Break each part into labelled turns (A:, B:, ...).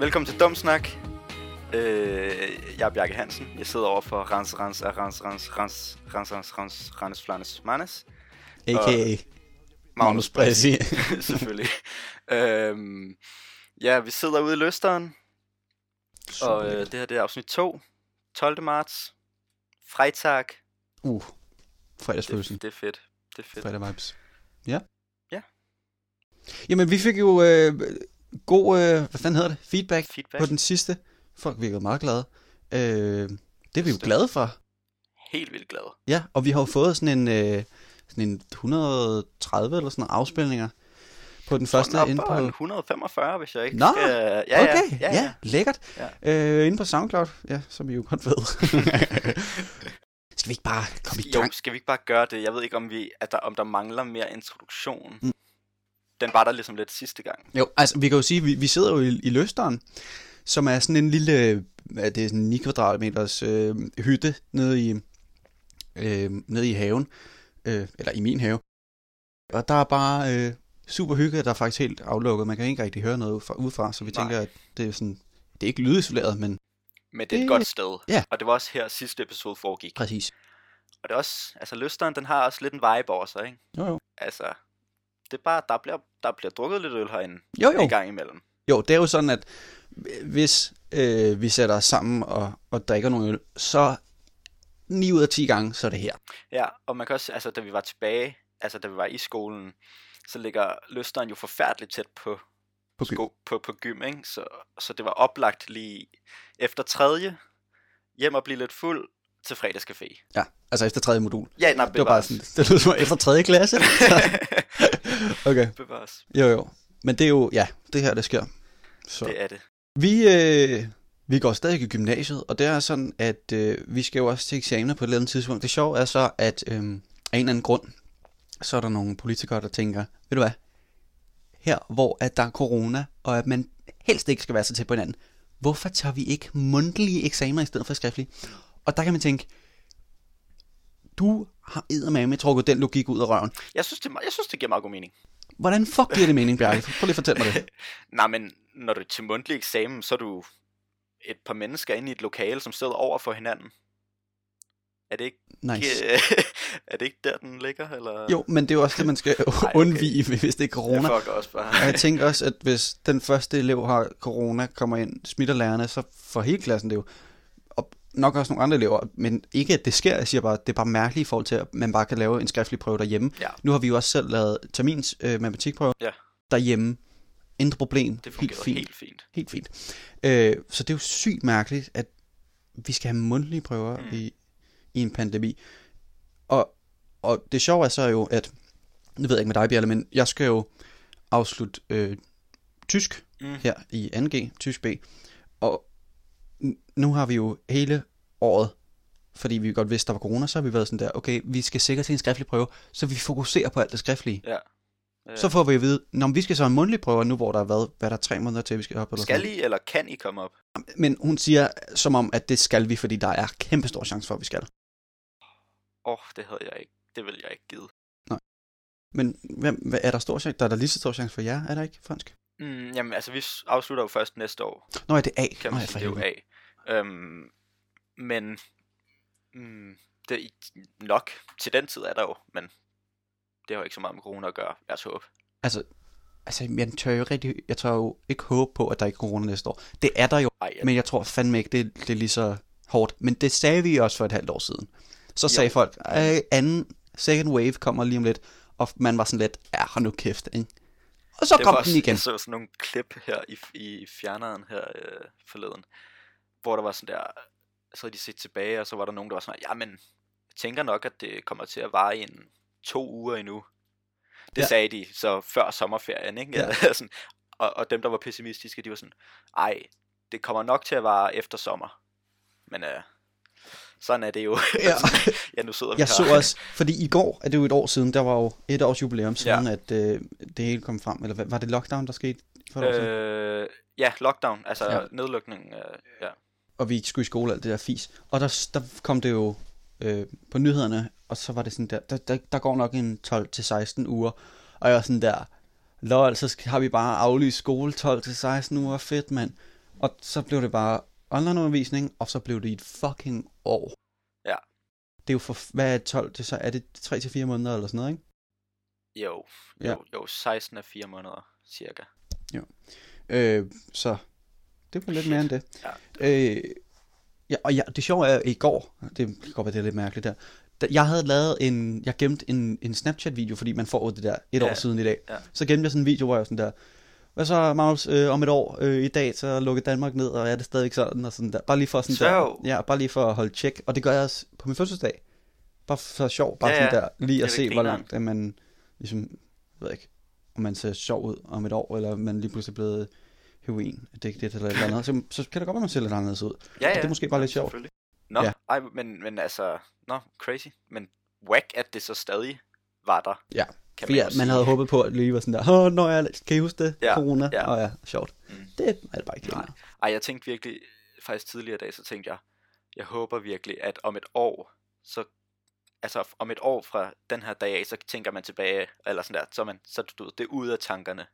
A: Velkommen til Dumsnak. Øh, jeg er Bjarke Hansen. Jeg sidder over for Rans, Rans, Rans, Rans, Rans, Rans, Rans, Rans, Rans, Flanes, Manes.
B: A.k.a. Magnus Bressi.
A: selvfølgelig. Øhm, ja, vi sidder ude i Løsteren, og øh, det her det er afsnit 2, 12. marts, Freitag.
B: Uh, fredagsfølelsen.
A: Det, det er fedt, det er fedt.
B: Fredag vibes. Ja.
A: Ja.
B: Jamen, vi fik jo øh, god, øh, hvad fanden hedder det, feedback,
A: Feedback.
B: på den sidste. Folk virkede meget glade. Øh, det er vi jo
A: Bestemt.
B: glade for.
A: Helt vildt glad.
B: Ja, og vi har jo fået sådan en, øh, sådan en 130 eller sådan nogle afspilninger på den første
A: Sådan
B: inde
A: op
B: på...
A: ad 145, hvis jeg ikke
B: Nå,
A: skal... Ja, ja,
B: okay,
A: ja, ja.
B: lækkert. Ja. Øh, inde på SoundCloud, ja, som I jo godt ved. Skal vi ikke bare komme i
A: Jo,
B: gang?
A: skal vi ikke bare gøre det? Jeg ved ikke, om, vi, at der, om der mangler mere introduktion. Mm. Den var der ligesom lidt sidste gang.
B: Jo, altså vi kan jo sige, vi, vi sidder jo i, i Løsteren, som er sådan en lille, hvad er det, sådan en 9 kvadratmeters øh, hytte nede i, øh, nede i haven, øh, eller i min have. Og der er bare øh, super hyggeligt, der er faktisk helt aflukket, man kan ikke rigtig høre noget fra, udefra, så vi
A: Nej.
B: Nej. tænker, at det er sådan, det er ikke lydisoleret, men
A: Men det er et
B: Det-
A: godt sted.
B: ja.
A: Og det var også her sidste episode foregik.
B: præcis.
A: Og det er også, altså lysteren, den har også lidt en vibe over sig, ikke?
B: Jo jo.
A: Altså, det er bare, der bliver, der bliver drukket lidt øl herinde
B: Jo jo.
A: en gang imellem.
B: Jo, det er jo sådan, at hvis øh, vi sætter os sammen og, og drikker nogle øl, så 9 ud af 10 gange, så er det her.
A: Ja, og man kan også, altså da vi var tilbage, altså da vi var i skolen, så ligger lysteren jo forfærdeligt tæt på,
B: På gym.
A: sko, på, på gym ikke? Så, så det var oplagt lige efter tredje, hjem og blive lidt fuld til fredagscafé.
B: Ja, altså efter tredje modul.
A: Ja, nej,
B: Det var bare
A: bevares.
B: sådan, det lød som om efter tredje klasse. okay,
A: bevares.
B: jo jo. Men det er jo, ja, det her, det sker. Så.
A: Det er det.
B: Vi, øh, vi går stadig i gymnasiet, og det er sådan, at øh, vi skal jo også til eksamener på et eller andet tidspunkt. Det sjove er så, at øh, af en eller anden grund, så er der nogle politikere, der tænker, ved du hvad, her hvor at der er corona, og at man helst ikke skal være så tæt på hinanden, hvorfor tager vi ikke mundtlige eksamener i stedet for skriftlige? Og der kan man tænke, du har eddermame trukket den logik ud af røven.
A: Jeg synes, det, er meget- jeg synes, det giver meget god mening.
B: Hvordan fuck giver det mening, Bjarke? Prøv lige at fortælle mig det.
A: Nej, men når du er til mundtlig eksamen, så er du et par mennesker inde i et lokale, som sidder over for hinanden. Er det ikke,
B: Nice.
A: er det ikke der, den ligger? Eller?
B: Jo, men det er jo også det, man skal
A: okay.
B: undvige, hvis det er corona.
A: Jeg fucker også bare.
B: Og jeg tænker også, at hvis den første elev har corona, kommer ind, smitter lærerne, så får hele klassen det jo. Og nok også nogle andre elever, men ikke at det sker, jeg siger bare, det er bare mærkeligt i forhold til, at man bare kan lave en skriftlig prøve derhjemme.
A: Ja.
B: Nu har vi jo også selv lavet termins øh, matematikprøve
A: Ja.
B: derhjemme. Intet problem.
A: Det fungerer helt, helt fint.
B: Helt fint. Øh, så det er jo sygt mærkeligt, at vi skal have mundtlige prøver mm. i, i en pandemi. Og, og det sjove er så jo, at, nu ved jeg ikke med dig, Bjørle, men jeg skal jo afslutte øh, tysk
A: Mm.
B: mm. her i 2G, tysk B. Og n- nu har vi jo hele året, fordi vi godt vidste, der var corona, så har vi været sådan der, okay, vi skal sikkert til en skriftlig prøve, så vi fokuserer på alt det skriftlige.
A: Ja. Øh,
B: Så får vi at vide, når vi skal så have en mundtlig prøve nu, hvor der er været, hvad der er tre måneder til, vi skal op. Eller sådan
A: Skal I, eller kan I komme op?
B: men hun siger som om, at det skal vi, fordi der er kæmpe stor chance for, at vi skal.
A: Åh, oh, det havde jeg ikke. Det ville jeg ikke give.
B: Men hvem, hvad, er der stor chance? Der er der lige så stor chance for jer, er der ikke, fransk?
A: Mm, jamen, altså, vi s- afslutter jo først næste år,
B: Nå, er det A?
A: kan
B: Nå,
A: man
B: ja,
A: sige,
B: for
A: det er jo
B: helvede.
A: af. Øhm, men mm, det er i- nok. Til den tid er der jo, men det har jo ikke så meget med corona at gøre. Lad os håbe.
B: Altså, altså, jeg tør jo, rigtig, jeg tør jo ikke håbe på, at der ikke er corona næste år. Det er der jo,
A: Ej, jeg,
B: men jeg tror fandme ikke, det, det er lige så hårdt. Men det sagde vi også for et halvt år siden. Så sagde
A: Jo.
B: folk, "Ej, anden, second wave kommer lige om lidt, og man var sådan lidt, ja, hold nu kæft, ikke? Og så
A: det var
B: kom
A: også,
B: den igen.
A: Jeg så sådan nogle klip her i, i fjerneren her øh, forleden, hvor der var sådan der, så havde de set tilbage, og så var der nogen, der var sådan, ja, men jeg tænker nok, at det kommer til at vare i en to uger endnu. Det ja.
B: Ja.
A: sagde de så før sommerferien, ikke? Ja. sådan, og, og dem, der var pessimistiske, de var sådan, ej, det kommer nok til at vare efter sommer. Men øh, sådan er det jo.
B: Ja.
A: ja, nu sidder vi
B: Jeg
A: her.
B: så også, fordi i går, er det jo et år siden, der var jo et års jubilæum siden, ja. at øh, det hele kom frem. Eller hvad- var det lockdown, der skete for et år siden?
A: Øh, ja, lockdown, altså ja.
B: Ja.
A: nedlukning. Øh, ja.
B: Og vi skulle i skole og alt det der fis. Og der, der kom det jo øh, på nyhederne, og så var det sådan der, der, der, der går nok en 12-16 uger. Og jeg var sådan der, lol, så sk- har vi bare aflyst skole 12-16 uger, fedt mand. Og så blev det bare onlineundervisning, og så blev det i et fucking år.
A: Ja.
B: Det er jo for, hvad er 12 til så? Er det 3-4 måneder eller sådan noget, ikke?
A: Jo, jo,
B: Ja.
A: jo 16 af 4 måneder, cirka.
B: Øh, så det var lidt mere end det.
A: Ja.
B: Øh, ja, og ja, det sjove er, at i går, det kan godt være, det er lidt mærkeligt der, da- jeg havde lavet en, jeg gemte en, en Snapchat-video, fordi man får jo det der et
A: Ja,
B: ja. år siden i dag.
A: ja.
B: Så gemte jeg sådan en video, hvor jeg var sådan der, hvad så Magnus, øh, om et år øh, i dag, så lukker Danmark ned, og er det stadigvæk sådan, og sådan der. Bare lige for sådan
A: Sjov.
B: der, ja, bare lige for at holde tjek, og det gør jeg også på min fødselsdag. Bare for sjov, bare
A: Ja,
B: ja,
A: ja.
B: sådan der, lige
A: Det er
B: at
A: da
B: se, hvor
A: grineren.
B: langt at man ligesom, jeg ved ikke, om man ser sjov ud om et år, eller om man lige pludselig er blevet heroin, det, det eller et eller andet, så, så kan det godt være, man ser lidt anderledes ud.
A: Ja, ja.
B: det er måske bare lidt sjovt.
A: selvfølgelig. Nå,
B: Ja.
A: ja. ej, men, men altså, nå, crazy. Men whack, at det så stadig var der.
B: Ja,
A: kan
B: Fordi ja,
A: jo
B: man
A: sige.
B: havde håbet på, at det lige var sådan der, åh, når jeg, kan I huske det?
A: Ja,
B: Corona.
A: ja.
B: Og ja, sjovt.
A: Mm.
B: Det er det bare ikke
A: Nej.
B: længere.
A: Ej, jeg tænkte virkelig, faktisk tidligere i dag, så tænkte jeg, jeg håber virkelig, at om et år, så, altså om et år fra den her dag af, så tænker man tilbage, eller sådan der, så er man, så er du ved, det er ude af tankerne,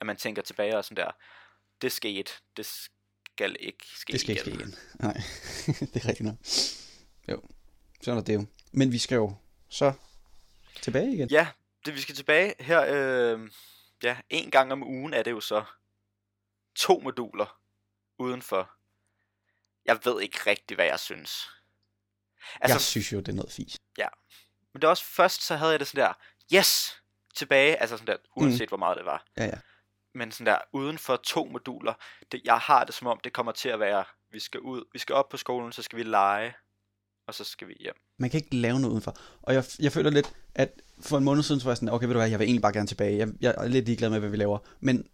A: at man tænker tilbage og sådan der, det skete, det skal ikke ske
B: Det skal ikke ske
A: igen.
B: igen. Nej, det er rigtigt nok. Jo, sådan er det jo. Men vi skal jo så tilbage igen.
A: Ja, det vi skal tilbage her, øh, ja, en gang om ugen er det jo så to moduler udenfor. Jeg ved ikke rigtig, hvad jeg synes.
B: Altså, jeg synes jo, det er noget fis.
A: Men det var også først, så havde jeg det sådan der, yes, tilbage, altså sådan der, uanset mm. hvor meget det var.
B: Ja, ja.
A: Men sådan der, uden for to moduler, det, jeg har det som om, det kommer til at være, vi skal ud, vi skal op på skolen, så skal vi lege, og så skal vi hjem.
B: Man kan ikke lave noget udenfor. Og jeg, jeg føler lidt, at for en måned siden, så var jeg sådan, okay, ved du hvad, jeg vil egentlig bare gerne tilbage. Jeg, jeg er lidt ligeglad med, hvad vi laver. Men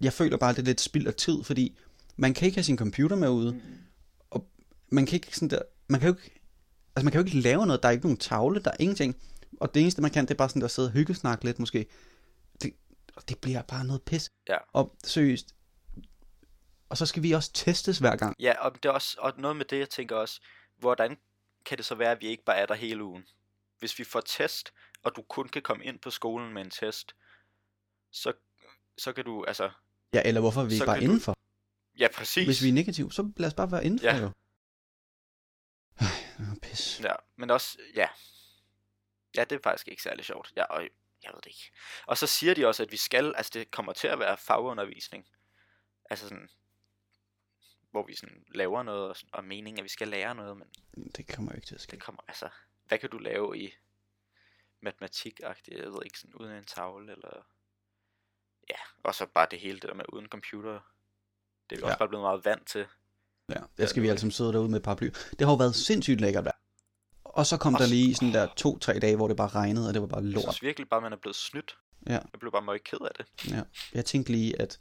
B: jeg føler bare, det er lidt spild af tid, fordi man kan ikke have sin computer med ude.
A: Mm-hmm.
B: Mm. Og man kan ikke sådan der, man kan jo ikke, altså man kan jo ikke lave noget. Der er ikke nogen tavle, der er ingenting. Og det eneste, man kan, det er bare sådan der at sidde og hyggesnakke lidt måske. Det, og det bliver bare noget pis.
A: Ja.
B: Og seriøst. Og så skal vi også testes hver gang.
A: Ja, og det er også og noget med det, jeg tænker også, hvordan kan det så være, at vi ikke bare er der hele ugen? Hvis vi får test, og du kun kan komme ind på skolen med en test, så, så kan du, altså,
B: Ja, eller hvorfor er vi
A: Så
B: ikke bare
A: kan du-
B: indenfor?
A: ja præcis.
B: Hvis vi er negative, så lad os bare være indenfor
A: Ja.
B: ja. jo. Ej, åh, pis.
A: Ja, men også, ja. Ja, det er faktisk ikke særlig sjovt. Ja, og jeg ved det ikke. Og så siger de også, at vi skal, altså det kommer til at være fagundervisning. Altså sådan, hvor vi sådan laver noget, og, sådan, og meningen, at vi skal lære noget, men
B: Det kommer jo ikke til at ske.
A: det kommer, altså, hvad kan du lave i matematik jeg ved ikke, sådan uden en tavle, eller ja, og så bare det hele det der med uden computer. Det er vi ja.
B: Ja.
A: også bare blevet meget vant til.
B: Ja,
A: Ja,
B: der skal
A: det
B: vi
A: er
B: alle sammen sidde derude med et paraply. Det har jo været sindssygt lækkert vejr. Og så kom
A: Og
B: der
A: så-
B: lige sådan der to-tre dage, hvor det bare regnede, og det var bare
A: Jeg
B: lort.
A: synes virkelig bare, man er blevet snydt.
B: Ja.
A: Jeg blev bare meget ked af det.
B: Ja. Jeg tænkte lige, at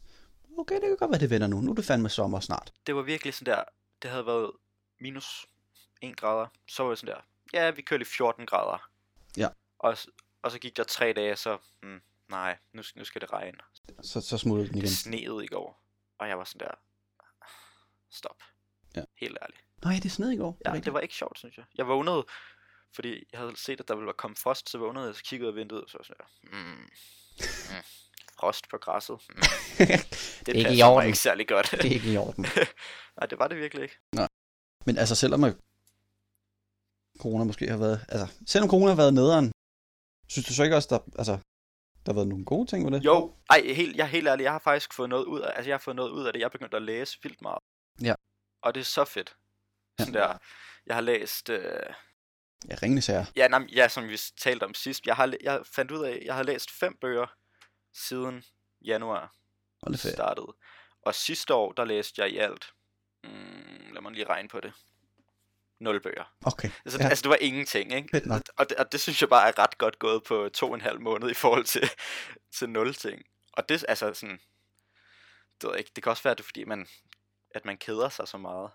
B: okay, det kan godt være, det vender nu. Nu er det fandme sommer snart.
A: det var virkelig sådan der, det havde været minus 1 grader, så var det sådan der, ja, vi kørte i 14 grader.
B: Ja.
A: Og, s- og så gik der tre dage, så, mm, nej, nu, sk- nu skal det regne.
B: Så, så smuttede den
A: Det
B: igen.
A: sneede i går, og jeg var sådan der, stop.
B: Ja.
A: Helt ærligt.
B: Nej, det sned i går.
A: Ja,
B: rigtigt.
A: det var ikke sjovt, synes jeg. Jeg vågnede, fordi jeg havde set, at der ville være kommet frost, så vågnede jeg, så kiggede jeg ud af vinduet, og så var jeg sådan der, mm, mm, frost på græsset. Mm, det
B: Ikke i
A: passer mig
B: orden.
A: ikke særlig godt.
B: det er ikke i orden.
A: nej, det var det virkelig ikke.
B: Men altså, selvom at corona måske har været... Altså, selvom corona har været nederen, synes du så ikke også, der, altså, der har været nogle gode ting ved det?
A: Jo, ej, helt, jeg er helt ærlig, jeg har faktisk fået noget ud af, altså jeg har fået noget ud af det. Jeg er begyndt at læse vildt meget.
B: Ja.
A: Og det er så fedt. Sådan
B: Ja.
A: der, jeg har læst, øh,
B: Ja, ringende sager.
A: ja, nej, ja, som vi s- talte om sidst, jeg, har, læ- jeg fandt ud af, jeg har læst fem bøger siden januar
B: Hold da fedt.
A: startede. Og sidste år, der læste jeg i alt, mm, lad mig lige regne på det, nul bøger.
B: Okay.
A: Altså, ja.
B: Ja.
A: altså det var ingenting, ikke?
B: Fedt nok.
A: Og det, og det synes jeg bare er ret godt gået på to og en halv måned i forhold til, til nul ting. Og det altså sådan, det, ved jeg ikke, det kan også være, at det er fordi, man, at man keder sig så meget.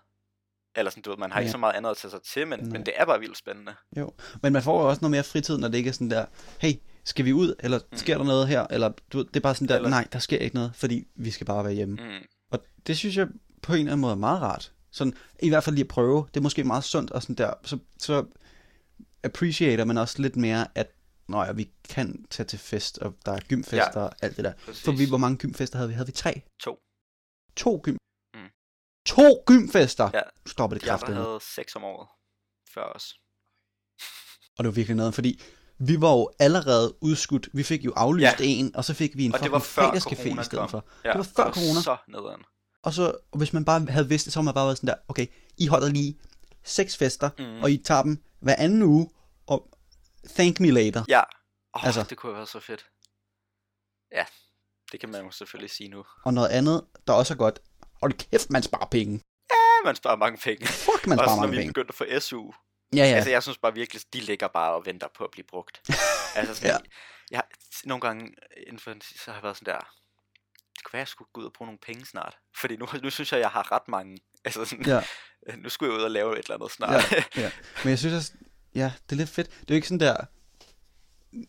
A: Eller sådan, du ved, man har ikke
B: Ja.
A: så meget andet at tage sig til, men,
B: Nej.
A: men det er bare vildt spændende.
B: Jo, men man får jo også noget mere fritid, når det ikke er sådan der, hey, skal vi ud, eller sker der noget her, eller du, ved, det er bare sådan der,
A: Mm. Eller-
B: eller... nej, der sker ikke noget, fordi vi skal bare være hjemme. Mm.
A: Mm.
B: Og det synes jeg på en eller anden måde er meget rart. Sådan, i hvert fald lige at prøve, det er måske meget sundt, og sådan der, så, så appreciater man også lidt mere, at nå ja, vi kan tage til fest, og der er gymfester ja. og alt det der.
A: Præcis.
B: For vi, hvor mange gymfester havde vi? Havde vi tre?
A: To.
B: To gym?
A: Mm.
B: To gymfester!
A: Ja.
B: Nu stopper det
A: Jeg
B: kraftigt.
A: havde seks om året før os.
B: Og det var virkelig noget, fordi vi var jo allerede udskudt. Vi fik jo aflyst
A: Ja.
B: ja. en, og så fik vi en
A: Og det
B: fucking
A: var før
B: fredagscafé
A: corona
B: i stedet
A: kom.
B: for.
A: Ja,
B: Det var før corona.
A: Så nederen.
B: Og så, og hvis man bare havde vidst det, så havde man bare været sådan der, okay, I holder lige seks fester,
A: Mhm.
B: mm. og I tager dem hver anden uge, og thank me later.
A: Ja. Oh, altså.
B: Altså.
A: Det kunne have været så fedt. Ja, det kan man jo selvfølgelig sige nu.
B: Og noget andet, der også er godt, hold kæft, man sparer penge.
A: Ja, man sparer mange penge.
B: Fuck, man
A: Også
B: sparer
A: når
B: mange
A: vi
B: penge.
A: begyndte at få SU.
B: Ja, ja.
A: Altså, jeg synes bare virkelig, de ligger bare og venter på at blive brugt. altså, sådan, ja. jeg, nogle gange inden for, den sidste, så har jeg været sådan der, det kunne være, jeg skulle gå ud og bruge nogle penge snart. Fordi nu, nu synes jeg, jeg har ret mange. Altså sådan,
B: Ja.
A: nu skulle jeg ud og lave et eller andet snart. Ja.
B: ja. Men jeg synes også, ja, det er lidt fedt. Det er jo ikke sådan der,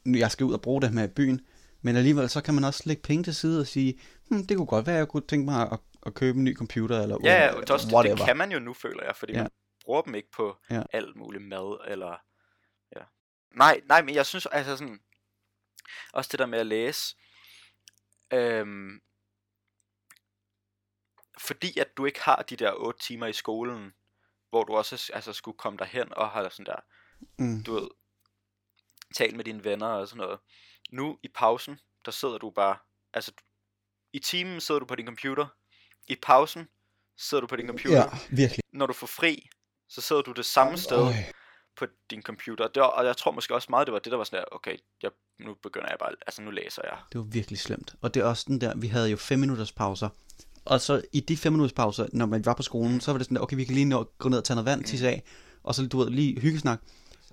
B: nu jeg skal ud og bruge det her med i byen, men alligevel så kan man også lægge penge til side og sige, hm, det kunne godt være, jeg kunne tænke mig at, at købe en ny computer, eller
A: Ja, ja, det, er også, det,
B: whatever.
A: det kan man jo nu, føler jeg, fordi ja.
B: Ja.
A: man bruger dem ikke på ja.
B: Ja.
A: alt muligt mad, eller... Ja. Nej, nej, men jeg synes altså sådan... Også det der med at læse... Øhm, fordi at du ikke har de der 8 timer i skolen, hvor du også altså, skulle komme derhen og holde sådan der,
B: Mm.
A: du ved, tale med dine venner og sådan noget. Nu i pausen, der sidder du bare, altså i timen sidder du på din computer, i pausen sidder du på din computer,
B: Ja,
A: ja.
B: virkelig.
A: når du får fri, så sidder du det samme sted
B: Øj.
A: på din computer. Det var, og jeg tror måske også meget, det var det, der var sådan der, okay, jeg, nu begynder jeg bare, altså nu læser jeg.
B: Det var virkelig slemt. Og det er også den der, vi havde jo 5 minutters pauser. Og så i de 5 minutters pauser, når man var på skolen, så var det sådan der, okay, vi kan lige nå, at gå ned og tage noget vand, tisse af, og så du ved, lige hyggesnak.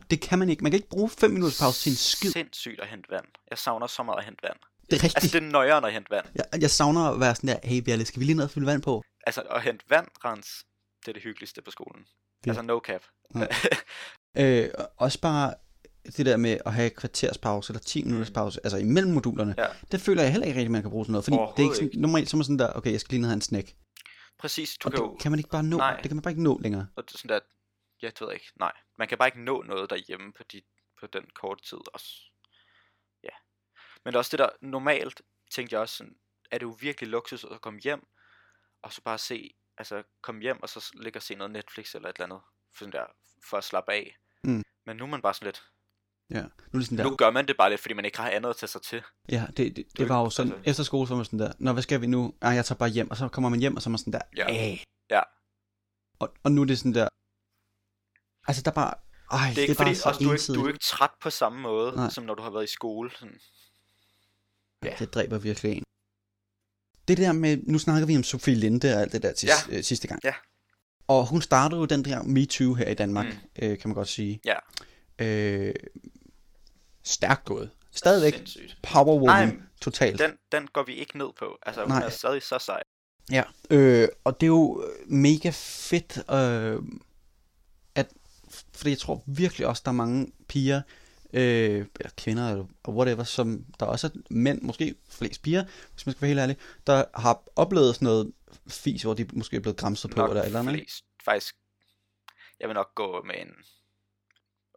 B: Det kan man ikke. Man kan ikke bruge 5 minutters pause til en skid.
A: Sindssygt at hente vand. Jeg savner så meget at hente vand.
B: Det er
A: Altså
B: rigtigt.
A: det er nøjeren at hente vand.
B: Jeg, jeg savner at være sådan der, hey Bjerle, skal vi lige ned og fylde vand på?
A: Altså at hente vand, rens, det er det hyggeligste på skolen.
B: Ja.
A: Altså no cap.
B: Ja. Øh, og også bare det der med at have et kvarters pause eller 10 minutters pause, altså imellem modulerne,
A: Mm. Ja.
B: det føler jeg heller ikke rigtig, man kan bruge sådan noget. Fordi det er ikke
A: Overhovedet
B: sådan, normalt så er man sådan der, okay, jeg skal lige ned og have en snack.
A: Præcis, du
B: Og
A: kan jo...
B: det kan man ikke bare nå.
A: Nej.
B: Det kan man bare ikke nå længere.
A: Og det er sådan der, ja, det ved jeg ikke, nej. Man kan bare ikke nå noget derhjemme på, de, på den korte tid også. Ja. Men også det der, normalt tænkte jeg også sådan, er det jo virkelig luksus at komme hjem, og så bare se, altså komme hjem og så s- ligge og se noget Netflix eller et eller andet, for, sådan der, for at slappe af.
B: Mm.
A: Men nu er man bare sådan lidt,
B: Ja. Nu er det sådan
A: ja.
B: der,
A: nu gør man det bare lidt, fordi man ikke har andet at tage sig til.
B: Ja, det, det, det var jo sådan,
A: altså-
B: efter skole, så var man sådan der, nå, hvad skal vi nu? Ej, jeg tager bare hjem, og så kommer man hjem, og så er man sådan der,
A: Ja.
B: "Æh."
A: Ja.
B: Og, og nu er det sådan der, altså der er bare, ej,
A: Det er ikke det er fordi,
B: bare så
A: også, du, er ikke,
B: ensidigt.
A: du er ikke træt på samme måde, nej.
B: Nej.
A: som når du har været i skole. Sådan.
B: Ja. Det dræber virkelig en. Det der med, nu snakker vi om Sofie Linde og alt det der til,
A: Ja.
B: ja. øh, sidste gang.
A: Ja.
B: Og hun startede jo den der MeToo her i Danmark,
A: Mm.
B: mm. øh, kan man godt sige.
A: Ja.
B: Øh, stærkt gået. Stadigvæk
A: Sindssygt.
B: powerwoman
A: Nej,
B: totalt.
A: Den, den går vi ikke ned på. Altså, hun
B: Nej.
A: er stadig så sej.
B: Ja, øh, og det er jo øh, mega fedt, øh, at, fordi jeg tror virkelig også, der er mange piger, øh, eller kvinder, eller whatever, som der også er mænd, måske flest piger, hvis man skal være helt ærlig, der har oplevet sådan noget fis, hvor de måske er blevet græmset på,
A: nok
B: eller et eller andet. ikke?
A: flest, faktisk, jeg vil nok gå med en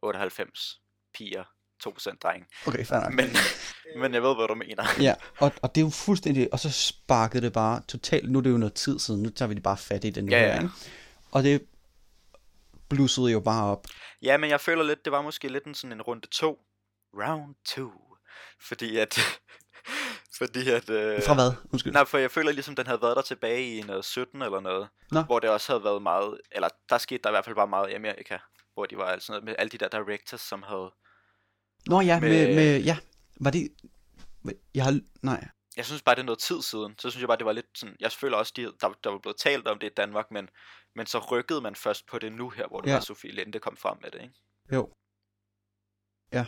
A: 98 piger, 2% dreng.
B: Okay, fair nok.
A: Men, men jeg ved, hvad du mener.
B: Ja, og, og det er jo fuldstændig, og så sparkede det bare totalt, nu er det jo noget tid siden, nu tager vi det bare fat i den
A: Ja,
B: her,
A: ja.
B: ikke? og det blussede jo bare op.
A: Ja, men jeg føler lidt, det var måske lidt en, sådan en runde 2. Round 2. Fordi at... fordi at... Øh,
B: Fra hvad? Undskyld.
A: Nej, for jeg føler ligesom, den havde været der tilbage i noget 17 eller noget.
B: Nå.
A: Hvor det også havde været meget... Eller der skete der i hvert fald bare meget i Amerika. Hvor de var altså noget med alle de der directors, som havde...
B: Nå ja, med,
A: Med-
B: med, med ja, var det, jeg har, nej,
A: jeg synes bare, det er noget tid siden. Så synes jeg bare, det var lidt sådan... Jeg føler også, de, der, der var blevet talt om det i Danmark, men, men så rykkede man først på det nu her, hvor det ja.
B: Ja.
A: var Sofie Linde kom frem med det, ikke?
B: jo, ja,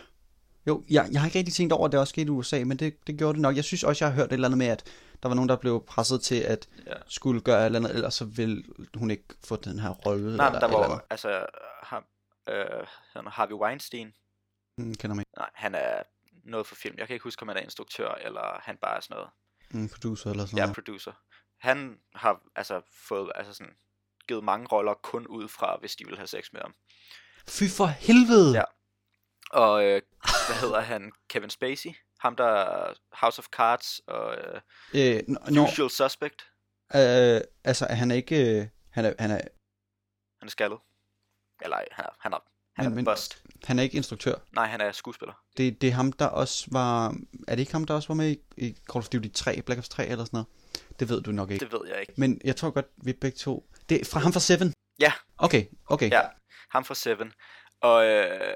B: jo, jeg, jeg har ikke rigtig tænkt over, at det også skete i USA, men det, det gjorde det nok. Jeg synes også, jeg har hørt et eller andet med, at der var nogen, der blev presset til at
A: Ja.
B: skulle gøre et eller andet, ellers så ville hun ikke få den her rolle.
A: Nej,
B: eller
A: der
B: et eller
A: var... Altså, ham, øh, han er Harvey Weinstein.
B: andet. Mm, kender mig
A: Nej, han er noget for film. Jeg kan ikke huske, om han er instruktør, eller han bare er sådan noget.
B: ikke. Mm, producer eller sådan
A: Jeg er
B: noget.
A: producer. Han har altså fået... Altså sådan, givet mange roller kun ud fra, hvis de vil have sex med ham.
B: Fy for helvede!
A: Ja. Og øh, hvad hedder han? Kevin Spacey? Ham der er House of Cards og øh,
B: Øh, n- nå,
A: Usual Suspect?
B: øh, altså, er han ikke, øh, Han er, han er,
A: Han er skaldet. Eller ej, han er, han er, han
B: Men-
A: er
B: men-
A: bust.
B: han er ikke instruktør.
A: Nej, han er skuespiller.
B: Det, det er ham, der også var... Er det ikke ham, der også var med i, i Call of Duty 3, Black Ops 3 eller sådan noget? Det ved du nok ikke.
A: Det ved jeg ikke.
B: Men jeg tror godt, vi begge to... Det er fra ham fra Seven?
A: Ja.
B: Okay, okay.
A: Ja, ham fra Seven. Og øh,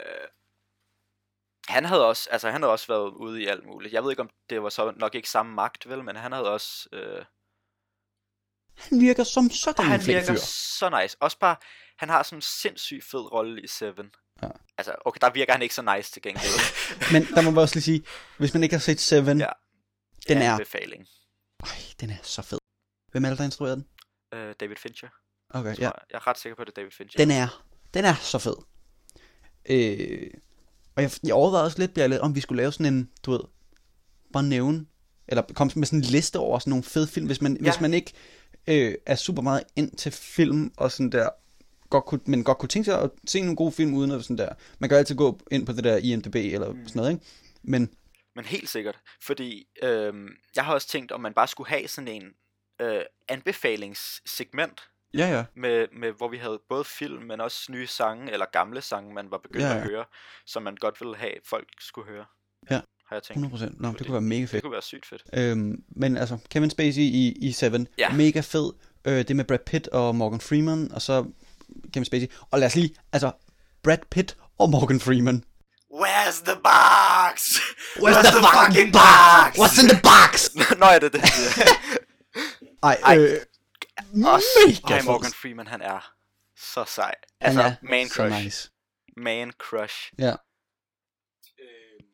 A: han havde også, altså han havde også været ude i alt muligt. Jeg ved ikke om det var så nok ikke samme magt, vel, men han havde også øh,
B: Han virker som sådan
A: han
B: en flink
A: virker
B: fyr.
A: så nice. Også bare han har sådan en sindssygt fed rolle i Seven.
B: Ja.
A: Altså, okay, der virker han ikke så nice til gengæld.
B: Men der må man også lige sige, hvis man ikke har set Seven,
A: Ja.
B: den er...
A: Anbefaling.
B: Ej, den er så fed. Hvem er det, der instruerede den?
A: Øh, David Fincher.
B: Okay,
A: Ja. Jeg er ret sikker på, at det er David Fincher.
B: Den er, den er så fed. Øh, og jeg, jeg overvejede også lidt, Bjerle, om vi skulle lave sådan en, du ved, bare nævne, eller komme med sådan en liste over sådan nogle fede film, hvis man, ja. hvis man ikke øh, er super meget ind til film og sådan der, godt kunne, men godt kunne tænke sig at se nogle gode film uden at sådan der. Man kan jo altid gå ind på det der IMDb eller mm. sådan noget, ikke? Men
A: Men helt sikkert, fordi øhm, jeg har også tænkt, om man bare skulle have sådan en øh, anbefalingssegment,
B: ja, ja.
A: med, med, hvor vi havde både film, men også nye sange, eller gamle sange, man var begyndt
B: Ja,
A: ja,
B: ja.
A: at høre, som man godt ville have, folk skulle høre.
B: Ja.
A: Har jeg tænkt.
B: 100%. Nå, det kunne være mega fedt.
A: Det kunne være sygt fedt.
B: Øhm, men altså, Kevin Spacey i, i Seven, ja.
A: Ja.
B: mega fed. Øh, det med Brad Pitt og Morgan Freeman, og så Kevin Spacey. Og lad os lige, altså, Brad Pitt og Morgan Freeman.
A: Where's the box? Where's,
B: What's in the box?
A: Nå, ja, det er det.
B: Ej,
A: Ej.
B: øh,
A: Også,
B: mega
A: ej,
B: fed.
A: Morgan Freeman, han er så sej.
B: Han
A: Altså,
B: er
A: man
B: så
A: crush.
B: Nice.
A: Man crush.
B: Ja.
A: Øhm.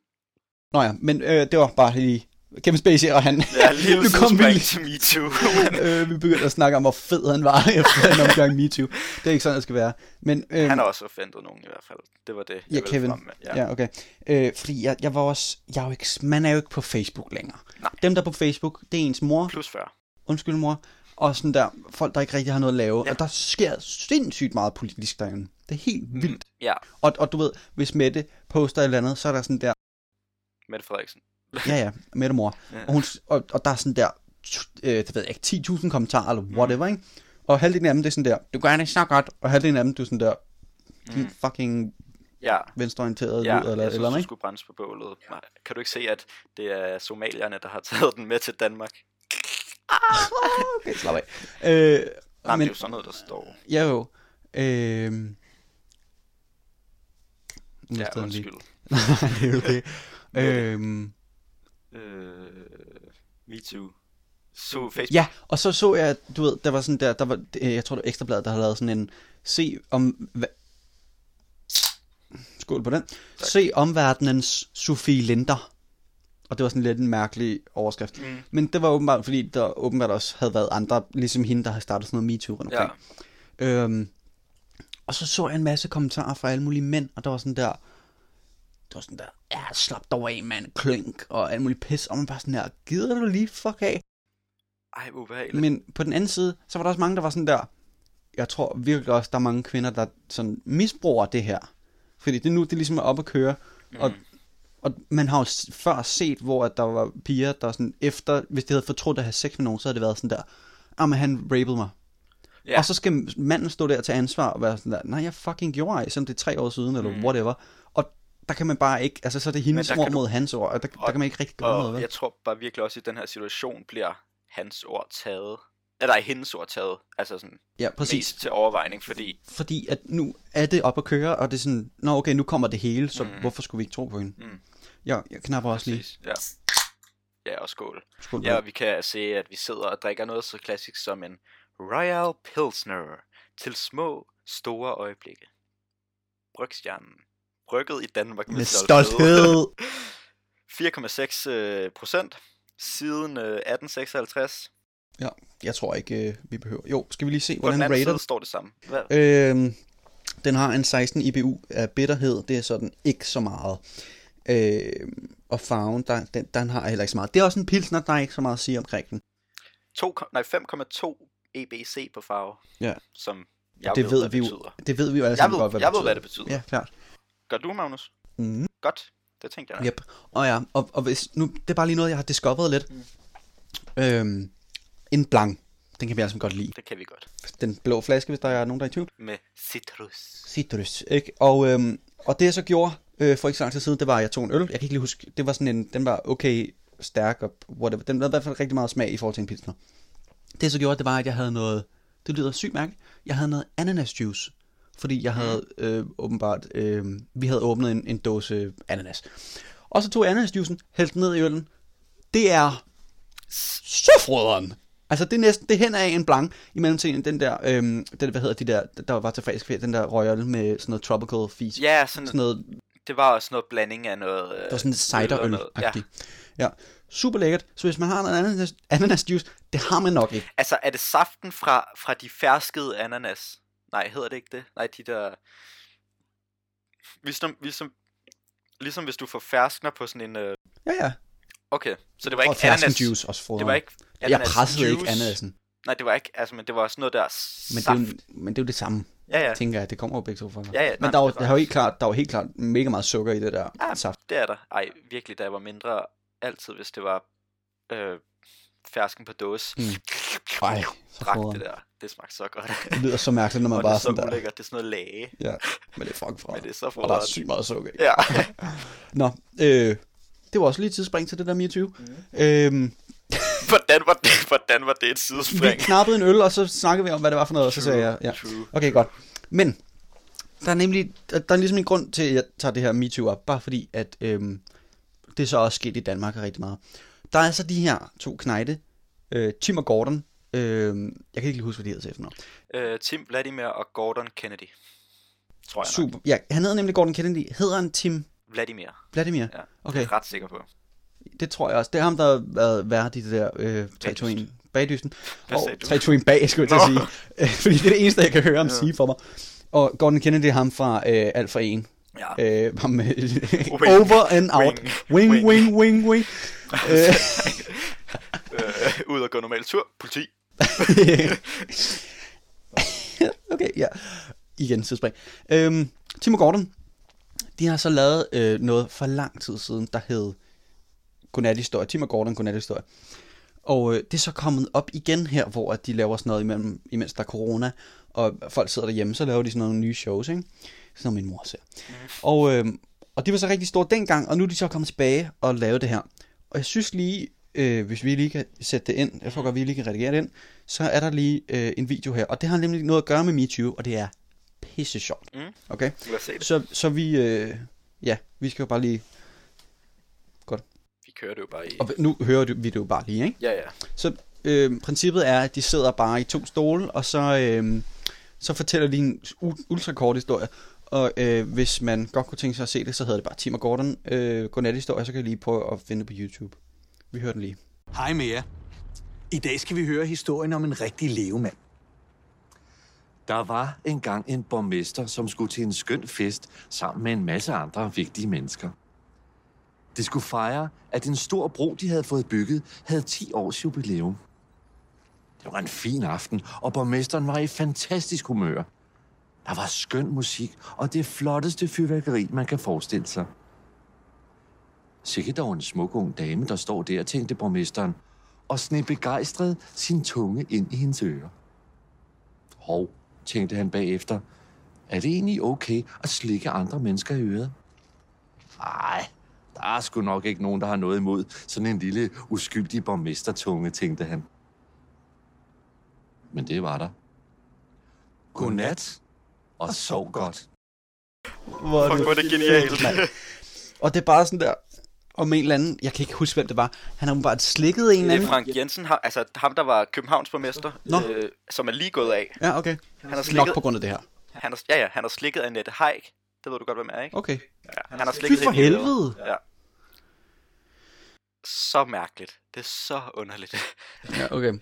B: Nå ja, men øh, det var bare lige Kevin Spacey og han.
A: Ja, lille
B: Nu kom vi
A: sidespring
B: lige-
A: til Me Too.
B: øh, vi begyndte at snakke om, hvor fed han var efter en omgang MeToo. Det er ikke sådan, det skal være. Men, øh,
A: han har også offentet nogen i hvert fald. Det var det, jeg
B: Ja,
A: ville
B: Kevin.
A: frem med. Ja.
B: Ja, okay. Øh, fordi jeg, jeg var også, jeg er jo ikke, man er jo ikke på Facebook længere.
A: Nej.
B: Dem, der er på Facebook, det er ens mor,
A: Plus 40.
B: undskyld mor, og sådan der, folk, der ikke rigtig har noget at lave. Ja.
A: Ja.
B: Og der sker sindssygt meget politisk derinde. Det er helt
A: Mm.
B: vildt.
A: Ja,
B: Og, og du ved, hvis Mette poster et eller andet, så er der sådan der,
A: Mette Frederiksen.
B: ja ja, Mette mor.
A: Ja.
B: Og, hun, og, og der er sådan der, tu- øh, det ved jeg ikke, 10.000 kommentarer eller
A: Mm.
B: whatever, ikke? Og halvdelen af dem, det er sådan der, du gør det så godt, og halvdelen af dem, du er sådan der, mm. fucking
A: Ja,
B: venstreorienteret
A: ja
B: ud, eller,
A: jeg synes,
B: eller
A: du
B: andet,
A: skulle brændes på bålet. Ja. Kan du ikke se, at det er somalierne, der har taget den med til Danmark?
B: Okay, slap af. Øh,
A: Nej, men,
B: men,
A: det er jo sådan noget, der står.
B: ja jo. Øh,
A: Ja,
B: ja,
A: undskyld.
B: undskyld. Nej, det er okay. Øhm,
A: Øh, me too. So, Facebook.
B: ja, og så så jeg, du ved, der var sådan der, der var, øh, jeg tror det var Ekstrabladet, der havde lavet sådan en, se om, hva- skål på den, tak. se omverdenens Sofie Linder. Og det var sådan lidt en mærkelig overskrift. Mm. Men det var åbenbart, fordi der åbenbart også havde været andre, ligesom hende, der havde startet sådan noget MeToo rundt omkring.
A: Ja.
B: Øhm, og så så jeg en masse kommentarer fra alle mulige mænd, og der var sådan der, der var sådan der, ja, slap dog af, mand, klink, og alt muligt pis, og man bare sådan der, gider du lige fuck af?
A: Ej, hvor ubehageligt.
B: Men på den anden side, så var der også mange, der var sådan der, jeg tror virkelig også, der er mange kvinder, der sådan misbruger det her. Fordi det er nu, det ligesom er op at køre, og,
A: Mm.
B: og man har jo s- før set, hvor at der var piger, der sådan efter, hvis de havde fortrudt at have sex med nogen, så havde det været sådan der, ah, men han rapede mig. Ja.
A: Ja.
B: Og så skal manden stå der til ansvar og være sådan der, nej, jeg fucking gjorde ej, selvom det er tre år siden, eller mm. whatever. Og der kan man bare ikke, altså så er det hendes
A: der
B: ord
A: kan du-
B: mod hans ord, og der, der kan man ikke rigtig gøre noget,
A: Og
B: vel?
A: jeg tror bare virkelig også, at i den her situation bliver hans ord taget. Eller nej, hendes ord taget. Altså sådan
B: Ja, præcis.
A: mest til overvejning, fordi...
B: Fordi at nu er det op at køre, og det er sådan, nå okay, nu kommer det hele, så mm. hvorfor skulle vi ikke tro på hende? Mm. Ja, jeg knapper også lige.
A: Ja. Ja, og skål.
B: Skål,
A: Ja,
B: ja.
A: og vi kan se, at vi sidder og drikker noget så klassisk som en Royal Pilsner til små, store øjeblikke. Brygstjernen. Brygget i Danmark med,
B: Med stolthed.
A: 4,6 øh, procent siden øh, 1856.
B: Ja, jeg tror ikke, øh, vi behøver. Jo, skal vi lige
A: På
B: se,
A: den
B: hvordan
A: anden
B: rater
A: side står det samme. Hvad?
B: Øhm, den har en 16 IBU af bitterhed, det er sådan ikke så meget. Øhm, og farven, der, den, den har heller ikke så meget. Det er også en pilsner, der er ikke så meget at sige omkring den.
A: 2, nej, 5,2 EBC E på farve,
B: Ja.
A: som jeg
B: det,
A: ved,
B: ved
A: hvad
B: vi, jo, Altså,
A: betyder.
B: det ved vi jo alle
A: Jeg
B: sammen
A: ved-
B: godt, hvad
A: jeg ved,
B: betyder.
A: hvad det betyder.
B: Ja, klart.
A: Gør du, Magnus?
B: Mm.
A: Godt. Det tænkte jeg. nok.
B: Yep. Og ja, og, og hvis, nu, det er bare lige noget, jeg har discoveret lidt. Mm. Øhm, en blanc, Den kan vi altså godt lide.
A: Det kan vi godt.
B: Den blå flaske, hvis der er nogen, der er i tvivl.
A: Med citrus.
B: Citrus, ikke? Og, øhm, og det jeg så gjorde øh, for ikke så lang tid siden, det var, at jeg tog en øl. Jeg kan ikke lige huske, det var sådan en, den var okay stærk og whatever. Den havde i hvert fald rigtig meget smag i forhold til en pilsner. Det jeg så gjorde, det var, at jeg havde noget, det lyder sygt mærkeligt, jeg havde noget ananas juice. Fordi jeg havde øh, åbenbart, øh, vi havde åbnet en, en dåse ananas. Og så tog jeg ananasjuicen, hældte den ned i øllen. Det er så frøderen. Altså det er næsten, det er hen af en blank i mellemtiden, den der, øhm, den, hvad hedder de der, der var til fredagskvæl, den der røgøl med sådan noget tropical fis.
A: Ja, sådan,
B: Sådan
A: sådan
B: noget,
A: det var også noget blanding af noget... Øh,
B: der var sådan lidt
A: øl
B: ciderøl
A: og noget. Ja.
B: ja. ja. Super lækkert. Så hvis man har noget ananas, ananasjuice, det har man nok ikke.
A: Altså, er det saften fra, fra de ferskede ananas? Nej, hedder det ikke det? Nej, de der... Ligesom, ligesom, ligesom hvis du får ferskner på sådan en... Øh...
B: Ja, ja.
A: Okay, så det var
B: Og
A: ikke ananas...
B: ferskenjuice også frøderen.
A: Det var ikke
B: jeg pressede
A: juice.
B: ikke ananasen,
A: Nej, det var ikke... Altså, men det var sådan noget der
B: men det,
A: saft.
B: er jo, men det er jo det samme,
A: Ja, ja,
B: ja. tænker jeg. Det kommer jo begge to fra.
A: ja, ja.
B: Men der var,
A: det
B: der, var helt klart, der var helt klart mega meget sukker i det der
A: Ja.
B: saft.
A: Det er der. Ej, virkelig, da jeg var mindre, altid, hvis det var øh, fersken på dåse.
B: Mm.
A: Mm.
B: Ej, så
A: Drak
B: foderen.
A: det der. Det smagte så godt.
B: Det lyder så mærkeligt,
A: og
B: når man
A: det
B: bare
A: er så
B: sådan der.
A: ulækkert. Det er sådan noget lage.
B: Ja, men det er fucking fra.
A: Men det er så
B: Og der er
A: forret.
B: sygt meget sukker i.
A: Ja.
B: Nå, øh, det var også lige et tidsspring til det der 29. Mm.
A: Mhm.
B: Øhm,
A: hvordan, var det, hvordan var det et
B: vi
A: sidespring?
B: knappede en øl, og så snakkede vi om, hvad det var for noget, og så sagde jeg, ja.
A: True.
B: Okay, godt. Men, der er nemlig, der der er ligesom en grund til, at jeg tager det her MeToo op, bare fordi, at øhm, det er så også sket i Danmark rigtig meget. Der er så de her to knejte, øh, Tim og Gordon, øh, jeg kan ikke lige huske, hvad de hedder til efternavn.
A: Øh, Tim Vladimir og Gordon Kennedy. Tror jeg nok.
B: Super. Ja, han hedder nemlig Gordon Kennedy. Hedder han Tim
A: Vladimir.
B: Vladimir?
A: Ja.
B: Okay.
A: Jeg er ret sikker på.
B: Det tror jeg også. Det er ham, der har været vært i det der øh, Tatooine bagdysten.
A: Hvad
B: Og
A: sagde du?
B: Tatooine bag, skulle jeg til
A: Nå.
B: at sige. Øh, Fordi det er det eneste, jeg kan høre ham
A: Ja.
B: sige for mig. Og Gordon Kennedy er ham fra øh, Alt for 1.
A: Ja.
B: Øh, ham med
A: Ah. Wing.
B: over and out. Wing,
A: Wing.
B: wing, wing, wing. wing. Øh,
A: Øh, ud og gå normal tur. Politi.
B: okay, ja. Igen, tidsspring. Øhm, Tim og Gordon, de har så lavet øh, noget for lang tid siden, der hed Godnat-historie. Tim og Gordon, Godnat-historie. Og øh, det er så kommet op igen her, hvor at de laver sådan noget, imellem, imens der er corona, og folk sidder derhjemme, så laver de sådan nogle nye shows, ikke? Som min mor ser. Og, øh, og det var så rigtig stort dengang, og nu er de så kommet tilbage og lavet det her. Og jeg synes lige, øh, hvis vi lige kan sætte det ind, jeg tror godt, vi lige kan redigere det ind, så er der lige øh, en video her. Og det har nemlig noget at gøre med MeToo, og det er pisse sjovt.
A: Mm.
B: Okay?
A: Lad os se det.
B: Så, så vi, øh, ja, vi skal jo bare lige,
A: Vi kører det jo bare i...
B: og nu hører du- vi det jo bare lige, ikke?
A: Ja, ja.
B: Så øh, princippet er, at de sidder bare i to stole, og så, øh, så fortæller de en u- ultrakort historie. Og øh, hvis man godt kunne tænke sig at se det, så hedder det bare Tim og Gordon øh, godnat-historie, så kan I lige prøve at finde det på YouTube. Vi hører den lige.
C: Hej med jer. I dag skal vi høre historien om en rigtig levemand.
D: Der var engang en borgmester, som skulle til en skøn fest sammen med en masse andre vigtige mennesker. Det skulle fejre, at en stor bro, de havde fået bygget, havde 10 års jubilæum. Det var en fin aften, og borgmesteren var i fantastisk humør. Der var skøn musik og det flotteste fyrværkeri, man kan forestille sig. Sikke dog en smuk ung dame, der står der, tænkte borgmesteren, og sne begejstret sin tunge ind i hendes ører. Hov, tænkte han bagefter. Er det egentlig okay at slikke andre mennesker i øret? Nej, der er sgu nok ikke nogen, der har noget imod sådan en lille uskyldig borgmestertunge, tænkte han. Men det var der. Godnat, og sov godt.
B: Hvor
A: Fuck, hvor er det genialt.
B: Og det er bare sådan der, om en eller anden, jeg kan ikke huske, hvem det var, han har bare slikket en eller
A: Det er
B: anden.
A: Frank Jensen, ham- altså ham der var Københavns borgmester,
B: Nå.
A: øh, som er lige gået af.
B: Ja, okay.
A: Han har
B: Nok
A: slikket,
B: på grund af det her.
A: han har, ja, ja, han har slikket Annette Haik. Det ved du godt, hvem er, ikke?
B: Okay.
A: Ja, han har
B: Fy
A: slikket
B: for
A: hende i øret.
B: helvede.
A: Ja. Så mærkeligt. Det er så underligt.
B: Ja, okay.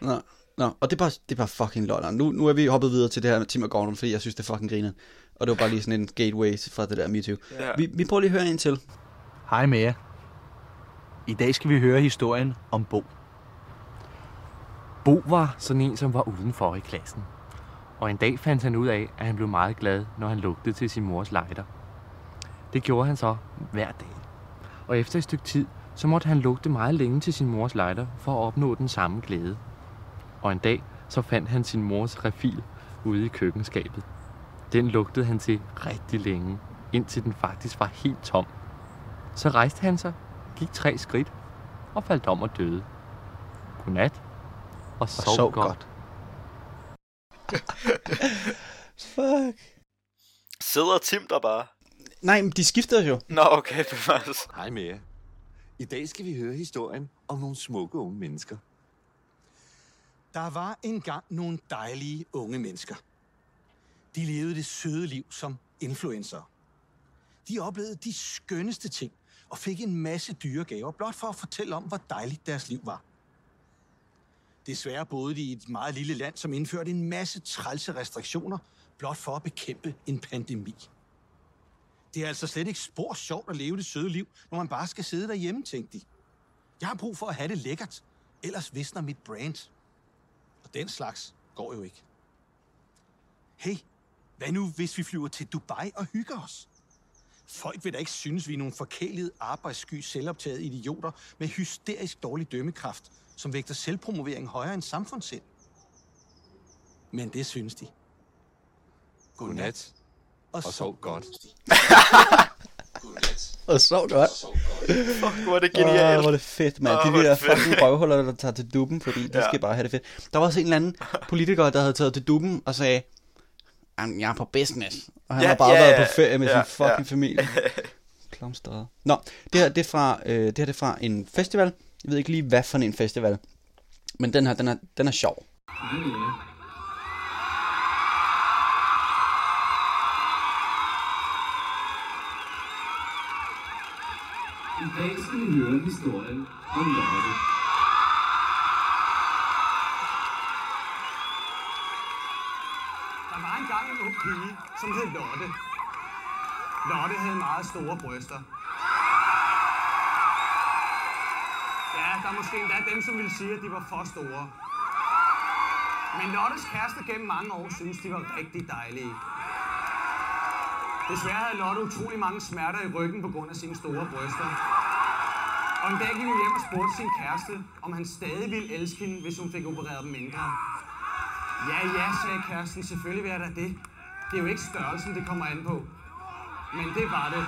B: Nå, nå. og det er bare, det er bare fucking løgn. Nu, nu er vi hoppet videre til det her med Tim og Gordon, fordi jeg synes, det er fucking griner. Og det var bare lige sådan en gateway fra det der MeToo.
A: Ja.
B: Vi, vi prøver lige at høre en til.
C: Hej med jer. I dag skal vi høre historien om Bo.
E: Bo var sådan en, som var udenfor i klassen. Og en dag fandt han ud af, at han blev meget glad, når han lugtede til sin mors lighter. Det gjorde han så hver dag. Og efter et stykke tid, så måtte han lugte meget længe til sin mors lighter for at opnå den samme glæde. og en dag så fandt han sin mors refil ude i køkkenskabet. Den lugtede han til rigtig længe, indtil den faktisk var helt tom. Så rejste han sig, gik tre skridt og faldt om og døde. Godnat, og sov, og sov godt. godt.
B: Fuck.
A: Sidder Tim der bare?
B: Nej, men de skifter jo.
A: Nå, okay, bevares.
D: Hej med jer. I dag skal vi høre historien om nogle smukke unge mennesker.
F: Der var engang nogle dejlige unge mennesker. De levede det søde liv som influencer. De oplevede de skønneste ting og fik en masse dyre gaver, blot for at fortælle om, hvor dejligt deres liv var. Desværre boede de i et meget lille land, som indførte en masse trælse restriktioner, blot for at bekæmpe en pandemi. Det er altså slet ikke spor sjovt at leve det søde liv, når man bare skal sidde derhjemme, tænkte de. Jeg har brug for at have det lækkert, ellers visner mit brand. Og den slags går jo ikke. Hey, hvad nu, hvis vi flyver til Dubai og hygger os? Folk vil da ikke synes, vi er nogle forkælede, arbejdssky, selvoptagede idioter med hysterisk dårlig dømmekraft, som vægter selvpromovering højere end samfundssind. Men det synes de.
D: Godnat, og sov godt.
B: Og sov godt.
A: Fuck, hvor er det
B: Åh,
A: genialt.
B: hvor er det fedt, mand.
A: Åh,
B: De
A: hvor er
B: der
A: det fedt.
B: fucking røvhuller, der tager til duppen, fordi de
A: Ja.
B: skal bare have det fedt. Der var også en eller anden politiker, der havde taget til duppen og sagde, "Jamen, jeg er på business. Og han
A: Ja,
B: har bare
A: ja,
B: været
A: ja,
B: på ferie med
A: ja,
B: sin fucking familie. Klamstræde. Nå, det her, det er, fra, øh, det her det er fra en festival. Jeg ved ikke lige, hvad for en festival. Men den her, den er, den er sjov.
G: I dag skal vi høre historien om Lotte.
F: Der var engang en ung pige, som hed Lotte. Lotte havde meget store bryster. Ja, der er måske endda dem, som ville sige, at de var for store. Men Lottes kæreste gennem mange år synes, de var rigtig dejlige. Desværre havde Lotte utrolig mange smerter i ryggen på grund af sine store bryster. Og en dag gik hun hjem og spurgte sin kæreste, om han stadig ville elske hende, hvis hun fik opereret dem mindre. Ja, ja, sagde Kirsten. Selvfølgelig vil jeg da det. Det er jo ikke størrelsen, det kommer an på. Men det var det.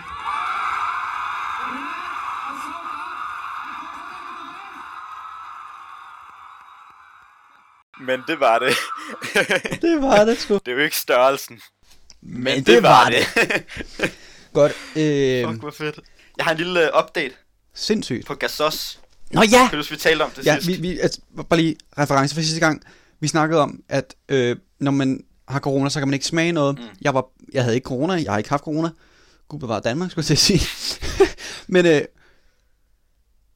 A: Men det var det.
B: Det var det sgu.
A: det er jo ikke størrelsen.
B: Men, Men det, det var det. Godt.
A: Fuck,
B: Øh,
A: hvor fedt. Jeg har en lille øh, update
B: sindssygt.
A: på Gasos.
B: Nå ja!
A: Kan du huske, vi talte om det
B: Ja,
A: sidst?
B: vi, vi, altså, bare lige reference for sidste gang. Vi snakkede om, at øh, når man har corona, så kan man ikke smage noget. Mm. Jeg, var, jeg havde ikke corona, jeg har ikke haft corona. Gud bevare Danmark, skulle jeg til at sige. Men øh,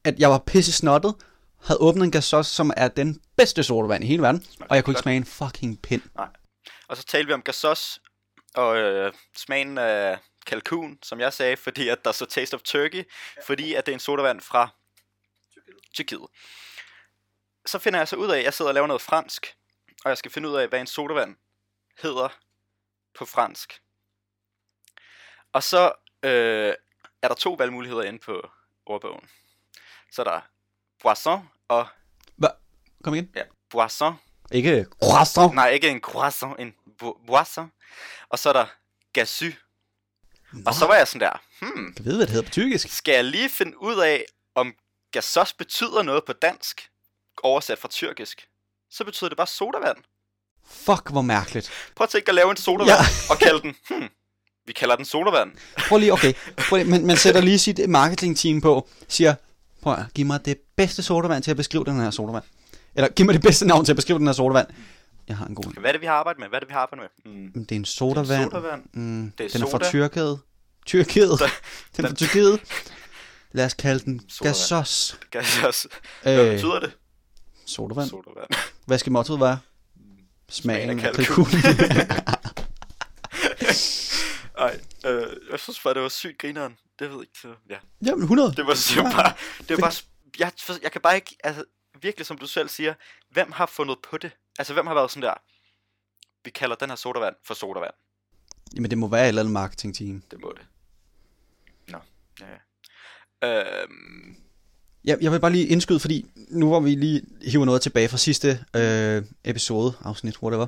B: at jeg var pisse snottet, havde åbnet en gasos, som er den bedste sodavand i hele verden, og jeg kunne ikke
A: godt.
B: smage en fucking pind.
A: Og så talte vi om gasos og øh, smagen af kalkun, som jeg sagde, fordi at der så Taste of Turkey, fordi at det er en sodavand fra Tyrkiet. Så finder jeg så ud af, at jeg sidder og laver noget fransk, og jeg skal finde ud af, hvad en sodavand hedder på fransk. Og så øh, er der to valgmuligheder inde på ordbogen. Så er der boisson og
B: Hva? Kom igen.
A: ja, boisson
B: Ikke croissant.
A: Nej, ikke en croissant, en bo- boisson. Og så er der gasy. Og så var jeg sådan der, hmm,
B: Jeg ved, hvad det hedder på tyrkisk.
A: skal jeg lige finde ud af, om gasos betyder noget på dansk, oversat fra tyrkisk? Så betyder det bare sodavand.
B: Fuck, hvor mærkeligt.
A: Prøv at tænke at lave en sodavand ja. og kalde den, hmm, vi kalder den sodavand.
B: Prøv lige, okay. Prøv lige, man, man sætter lige sit marketingteam på, siger, prøv at give mig det bedste sodavand til at beskrive den her sodavand. Eller giv mig det bedste navn til at beskrive den her sodavand. Jeg har en god en.
A: Hvad er det, vi har arbejdet med? Hvad er det, vi har arbejdet med? Mm.
B: Det er en sodavand.
A: Sodavand.
B: Mm,
A: Det er
B: den er fra
A: soda.
B: Tyrkiet. Tyrkiet. Den er fra
A: den-
B: Tyrkiet. Lad os kalde den
A: Sodavand.
B: gasos.
A: Gasos.
B: Øh.
A: Hvad betyder det?
B: Sodavand.
A: Sodavand.
B: Hvad skal mottoet være? Smagen
A: Smagen af
B: af kalkun.
A: Ej, øh, jeg synes bare, det var sygt grineren. Det ved jeg ikke. så- Ja.
B: Jamen, 100.
A: Det var så bare, det var bare, jeg, for- jeg kan bare ikke, altså virkelig som du selv siger, hvem har fundet på det? Altså hvem har været sådan der, vi kalder den her sodavand for sodavand.
B: Jamen, det må være et eller andet marketingteam.
A: Det må det. Nå, ja. ja. Øhm,
B: Ja, jeg vil bare lige indskyde, fordi nu hvor vi lige hiver noget tilbage fra sidste øh, episode, afsnit, whatever.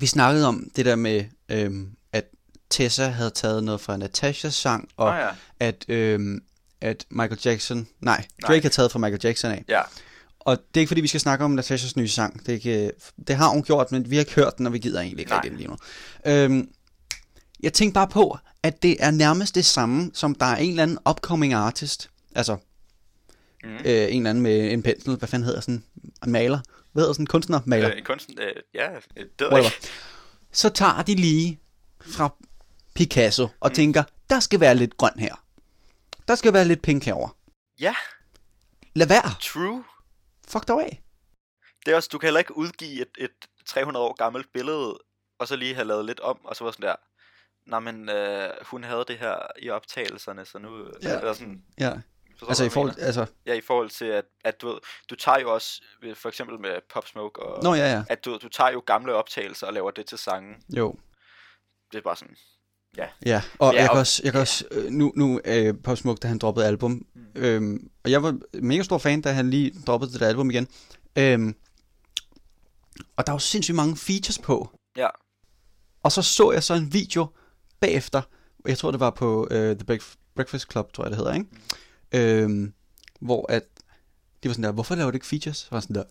B: Vi snakkede om det der med, øh, at Tessa havde taget noget fra Natashas sang, og
A: Nå ja.
B: at, øh, at Michael Jackson, nej, Drake nej. havde taget fra Michael Jackson af.
A: Ja,
B: Og det er ikke fordi, vi skal snakke om Natashas nye sang. Det, er ikke, øh, det har hun gjort, men vi har ikke hørt den, og vi gider egentlig ikke
A: Nej.
B: rigtig den lige nu. Øhm, jeg tænkte bare på, at det er nærmest det samme, som der er en eller anden upcoming artist. Altså, mm. øh, en eller anden med en pensel, hvad fanden hedder sådan en maler? Hvad hedder sådan en kunstner? Maler.
A: øh, en kunsten, øh, ja, øh, det ved jeg
B: Whatever.
A: ikke.
B: Så tager de lige fra Picasso og mm. tænker, der skal være lidt grøn her. Der skal være lidt pink herover.
A: Ja,
B: Lad være.
A: true.
B: Fuck dig af.
A: Det er også, du kan heller ikke udgive et, et 300 år gammelt billede, og så lige have lavet lidt om, og så var sådan der, nej, men øh, hun havde det her i optagelserne, så nu... øh,
B: Ja.
A: Eller sådan,
B: Ja,
A: forstår du, hvad
B: altså i
A: jeg
B: forhold,
A: mener?
B: altså,
A: Ja, i forhold til, at, at du, ved, du tager jo også, øh, for eksempel med Pop Smoke, og,
B: nå ja, ja,
A: at du, du tager jo gamle optagelser og laver det til sangen.
B: jo.
A: Det er bare sådan,
B: Ja, og
A: Ja, Mm.
B: ja, jeg kan
A: og-
B: også, jeg kan også øh, nu, nu øh, Pop Smoke, da han droppede album, øhm, og jeg var mega stor fan, da han lige droppede det der album igen, øhm, og der var sindssygt mange features på,
A: ja,
B: og så så jeg så en video bagefter, jeg tror det var på øh, The Breakf- Breakfast Club, tror jeg det hedder, ikke? Øhm, hvor at, det var sådan der, hvorfor laver du ikke features? Så var jeg sådan der,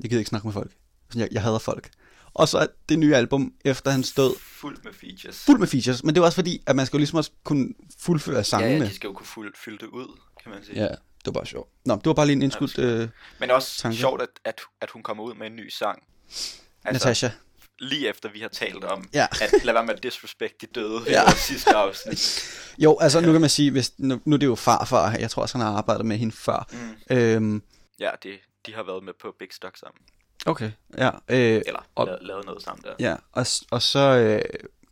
B: jeg gider ikke snakke med folk, sådan, jeg, jeg hader folk. Og så er det nye album, efter hans død,
A: fuld med features.
B: fuld med features, men det er også fordi, at man skal jo ligesom også kunne fuldføre sangene.
A: Ja, ja, de skal jo kunne fuld, fylde det ud, kan man sige.
B: ja, det var bare sjovt. Nå, det var bare lige en indskudt øh,
A: Men også
B: Tanke.
A: Tanke. sjovt, at, at, at hun kommer ud med en ny sang. Altså,
B: Natasha.
A: lige efter vi har talt om,
B: Ja.
A: ja. at lad være med at disrespect de døde ja. i
B: Ja.
A: vores sidste afsnit.
B: Jo, altså nu kan man sige, hvis, nu, nu er det jo farfar, jeg tror også, han har arbejdet med hende før. Mm. Øhm,
A: Ja, de, de har været med på Big Stock sammen.
B: okay. Ja, øh,
A: Eller
B: Og-
A: og... lavet, lavet noget sammen der. Ja.
B: ja og, s- og så øh,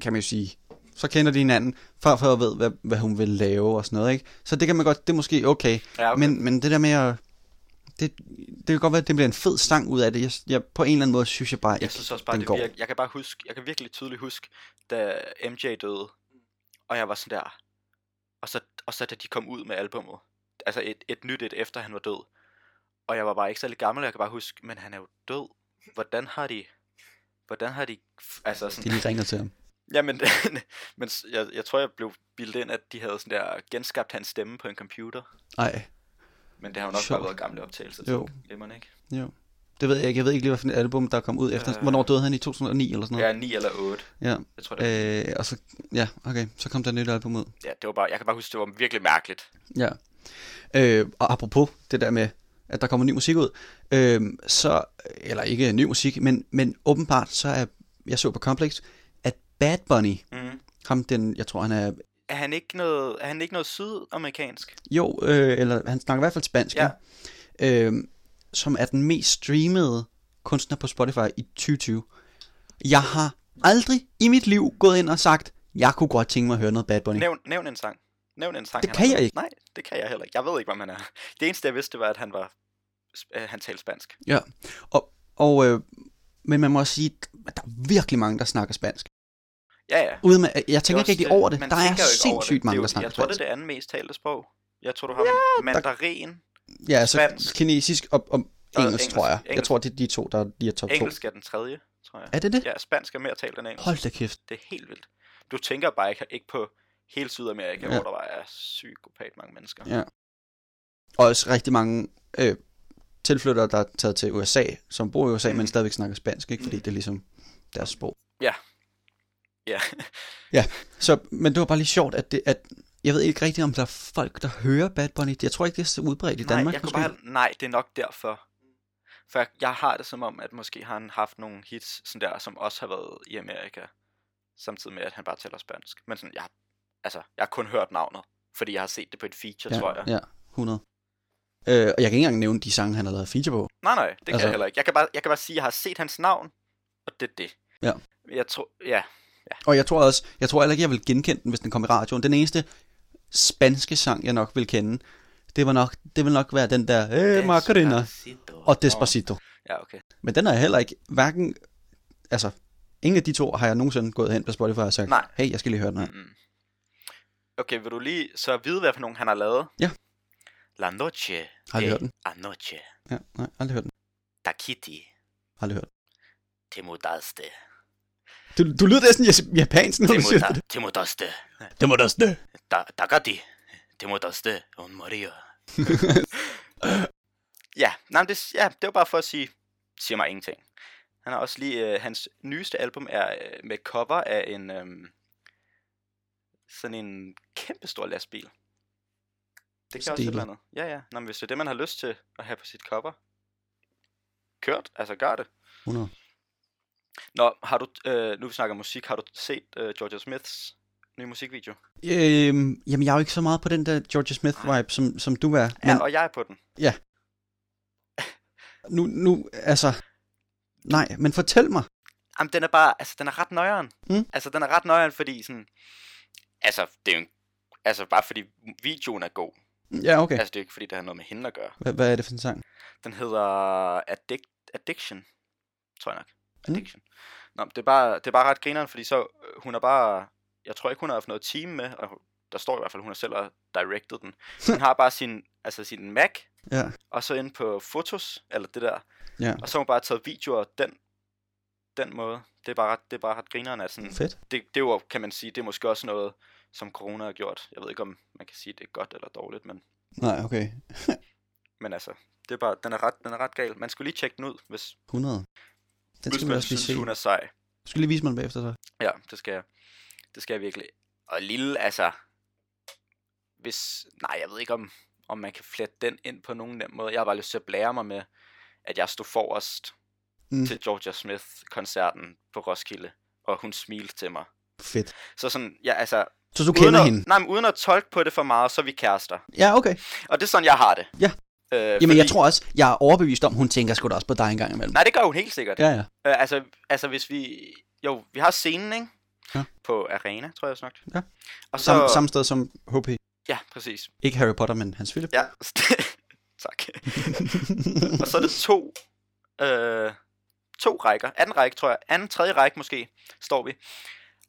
B: kan man jo sige, så kender de hinanden. Farfar ved, hvad, hvad hun vil lave og sådan noget, ikke? Så det kan man godt, det er måske okay.
A: Ja, okay.
B: Men, men det der med at, det, det kan godt være, at det bliver en fed sang ud af det. Jeg, jeg, på en eller anden måde synes jeg bare ikke,
A: Jeg synes også bare,
B: den
A: det
B: går.
A: virker, jeg kan bare huske, jeg kan virkelig tydeligt huske, da MJ døde, og jeg var sådan der, og så, og så da de kom ud med albummet, altså et, et nyt et efter han var død, og jeg var bare ikke særlig gammel, og jeg kan bare huske, men han er jo død. Hvordan har de, hvordan har de, altså sådan,
B: De lige ringer til ham.
A: Ja, men, men s- jeg, jeg tror, jeg blev bildet ind, at de havde sådan der genskabt hans stemme på en computer.
B: Ej,
A: Men det har jo nok
B: Sjovt.
A: bare været gamle optagelser.
B: Jo.
A: Glemmer ikke?
B: Jo. Det ved jeg ikke. Jeg ved ikke lige, hvad for et album, der kom ud efter. Øh...
A: Øh.
B: Hvornår døde han i 2009 eller sådan
A: Jeg
B: noget?
A: er 9 eller 8.
B: Ja.
A: Jeg tror, det var. Øh.
B: ja. Øh, og så, ja, okay. Så kom der et nyt album ud.
A: Ja, det var bare, jeg kan bare huske, det var virkelig mærkeligt.
B: Ja. Øh, og apropos det der med, at der kommer ny musik ud, øh, så, eller ikke ny musik, men, men åbenbart så er, jeg så på Complex, at Bad Bunny,
A: Mm.
B: ham den, jeg tror han er,
A: Er han ikke noget, er han ikke noget sydamerikansk?
B: jo, øh, eller han snakker i hvert fald spansk,
A: Ja.
B: ikke? øh, som er den mest streamede kunstner på Spotify i 2020. Jeg har aldrig i mit liv gået ind og sagt, jeg kunne godt tænke mig at høre noget Bad Bunny.
A: Nævn, nævn en sang. Nævn en sang.
B: Det
A: han
B: kan
A: har
B: jeg
A: lavet.
B: ikke.
A: Nej, det kan jeg heller ikke. Jeg ved ikke, hvem han er. Det eneste, jeg vidste, var, at han var sp- øh, han talte spansk.
B: Ja, og, og øh, men man må også sige, at der er virkelig mange, der snakker spansk.
A: Ja, ja.
B: Uden med, jeg
A: er
B: tænker ikke
A: også øh,
B: rigtig over det.
A: man
B: Der er
A: tænker jo ikke over
B: sindssygt
A: det. Det er
B: mange,
A: jo-
B: der snakker
A: Jeg tror, det er
B: spansk.
A: det andet mest talte sprog. Jeg tror, du har ja, mandarin.
B: Ja, så
A: spansk.
B: kinesisk og, og engelsk,
A: engelsk,
B: tror jeg. Jeg
A: engelsk.
B: tror, det er de to, der lige er top to.
A: Engelsk er den tredje, tror jeg.
B: Er det det?
A: Ja, spansk er mere talt end engelsk.
B: Hold da kæft.
A: Det er helt vildt. Du tænker bare ikke, ikke på hele Sydamerika, ja.
B: Ja.
A: hvor der bare er psykopat mange mennesker.
B: Ja. Og også rigtig mange øh, tilflyttere, der er taget til USA, som bor i USA, mm. men stadigvæk snakker spansk, ikke? fordi det er ligesom deres sprog.
A: ja.
B: Så, men det var bare lige sjovt, at, det, at jeg ved ikke rigtigt, om der er folk, der hører Bad Bunny. Jeg tror ikke, det er så udbredt i Danmark.
A: nej, jeg kunne
B: måske.
A: bare, nej, det er nok derfor. For jeg, jeg har det som om, at måske har han haft nogle hits, sådan der, som også har været i Amerika, samtidig med, at han bare taler spansk. Men sådan, jeg, altså, jeg har kun hørt navnet, fordi jeg har set det på et feature,
B: ja,
A: tror jeg.
B: Ja, 100. Øh, og jeg kan ikke engang nævne de sange, han har lavet feature på.
A: Nej, nej, det kan
B: Altså-
A: altså... jeg heller ikke. Jeg kan, bare, jeg kan bare sige, at jeg har set hans navn, og det er det.
B: Ja.
A: Jeg tror, ja,
B: Og jeg tror også, jeg tror heller ikke, jeg vil genkende den, hvis den kom i radioen. Den eneste spanske sang, jeg nok vil kende, det, var nok, det vil nok være den der øh, Macarena og Despacito.
A: ja, okay.
B: Men den er jeg heller ikke, hverken, altså, ingen af de to har jeg nogensinde gået hen på Spotify og sagt,
A: Nej. Mm.
B: hey, jeg skal lige høre den her.
A: Okay, vil du lige så vide, hvad for nogen han har lavet?
B: Ja.
A: La noche
B: Har aldrig hørt den.
A: anoche.
B: Ja, nej, aldrig hørt den.
A: Da Kitty
B: Aldrig hørt den.
A: te mudaste.
B: Du, du lyder næsten jas- japansk, når
A: Te,
B: du siger
A: muda,
B: det.
A: te mudaste.
B: Det må da stå.
A: Da, da Kitty te mudaste. Un Maria. ja, nej, men det, ja, det var bare for at sige, siger mig ingenting. Han har også lige, øh, hans nyeste album er øh, med cover af en, øh, sådan en kæmpestor lastbil. Det kan også et
B: Stilet.
A: eller andet. Ja, ja. Nå, men hvis det er det, man har lyst til at have på sit cover, kørt, altså gør det.
B: 100.
A: Nå, har du, øh, nu vi snakker musik, har du set øh, Georgia Smiths nye musikvideo?
B: Øhm, jamen, jeg er jo ikke så meget på den der George Smith-vibe, som, som du er.
A: Ja,
B: Men
A: og jeg er på den.
B: nu, nu, altså... Nej, men fortæl mig.
A: Jamen, den er bare, altså, den er ret nøjeren.
B: Mm.
A: Altså, den er ret nøjeren, fordi sådan, altså, det er jo en, altså, bare fordi videoen er god.
B: Ja, okay.
A: Altså, det er jo ikke, fordi det har noget med hende at gøre.
B: Hvad, hvad er det for en sang?
A: Den hedder Addict, Addiction, tror jeg nok.
B: Mm.
A: Addiction. Nå, men det er, bare, det er bare ret grineren, fordi så, øh, hun er bare, jeg tror ikke, hun har haft noget team med, og hun- der står i hvert fald, hun har selv har directed den. Hun har bare sin, altså sin Mac,
B: Ja.
A: og så ind på fotos, eller det der,
B: Ja.
A: og så har hun bare taget videoer den, den måde. Det er bare ret, det er bare ret grineren af sådan,
B: Fedt.
A: det, det var, kan man sige, det er måske også noget, som corona har gjort. Jeg ved ikke, om man kan sige, det er godt eller dårligt, men,
B: Nej, okay.
A: men altså, det er bare, den er, ret, den er ret gal. Man skulle lige tjekke den ud, hvis,
B: 100. Den
A: hvis
B: skal man
A: man
B: også lige
A: synes,
B: se.
A: hun er sej.
B: Du skal lige vise mig den bagefter, så.
A: Ja, det skal jeg. Det skal jeg virkelig. Og lille, altså, hvis, nej, jeg ved ikke, om, om man kan flette den ind på nogen nem måde. Jeg har bare lyst til at blære mig med, at jeg stod forrest
B: Mm.
A: mm. til Georgia Smith-koncerten på Roskilde, og hun smilte til mig.
B: Fedt.
A: Så sådan, ja, altså,
B: Så du kender
A: uden
B: hende?
A: at, nej, men uden at tolke på det for meget, så er vi kærester.
B: Ja, okay.
A: Og det er sådan, jeg har det.
B: Ja.
A: Øh,
B: Jamen, jeg tror også, jeg er overbevist om, hun tænker sgu da også på dig en gang imellem.
A: Nej, det gør hun helt sikkert.
B: Ja, ja.
A: Øh, altså, altså, hvis vi... Jo, vi har scenen, ikke?
B: Ja.
A: På Arena, tror jeg også nok.
B: Ja.
A: Og så...
B: Samme, samme sted som HP.
A: Ja, præcis.
B: Ikke Harry Potter, men Hans Philip.
A: Ja. tak. og så er det to... Øh, to rækker. Anden række, tror jeg. Anden, tredje række måske, står vi.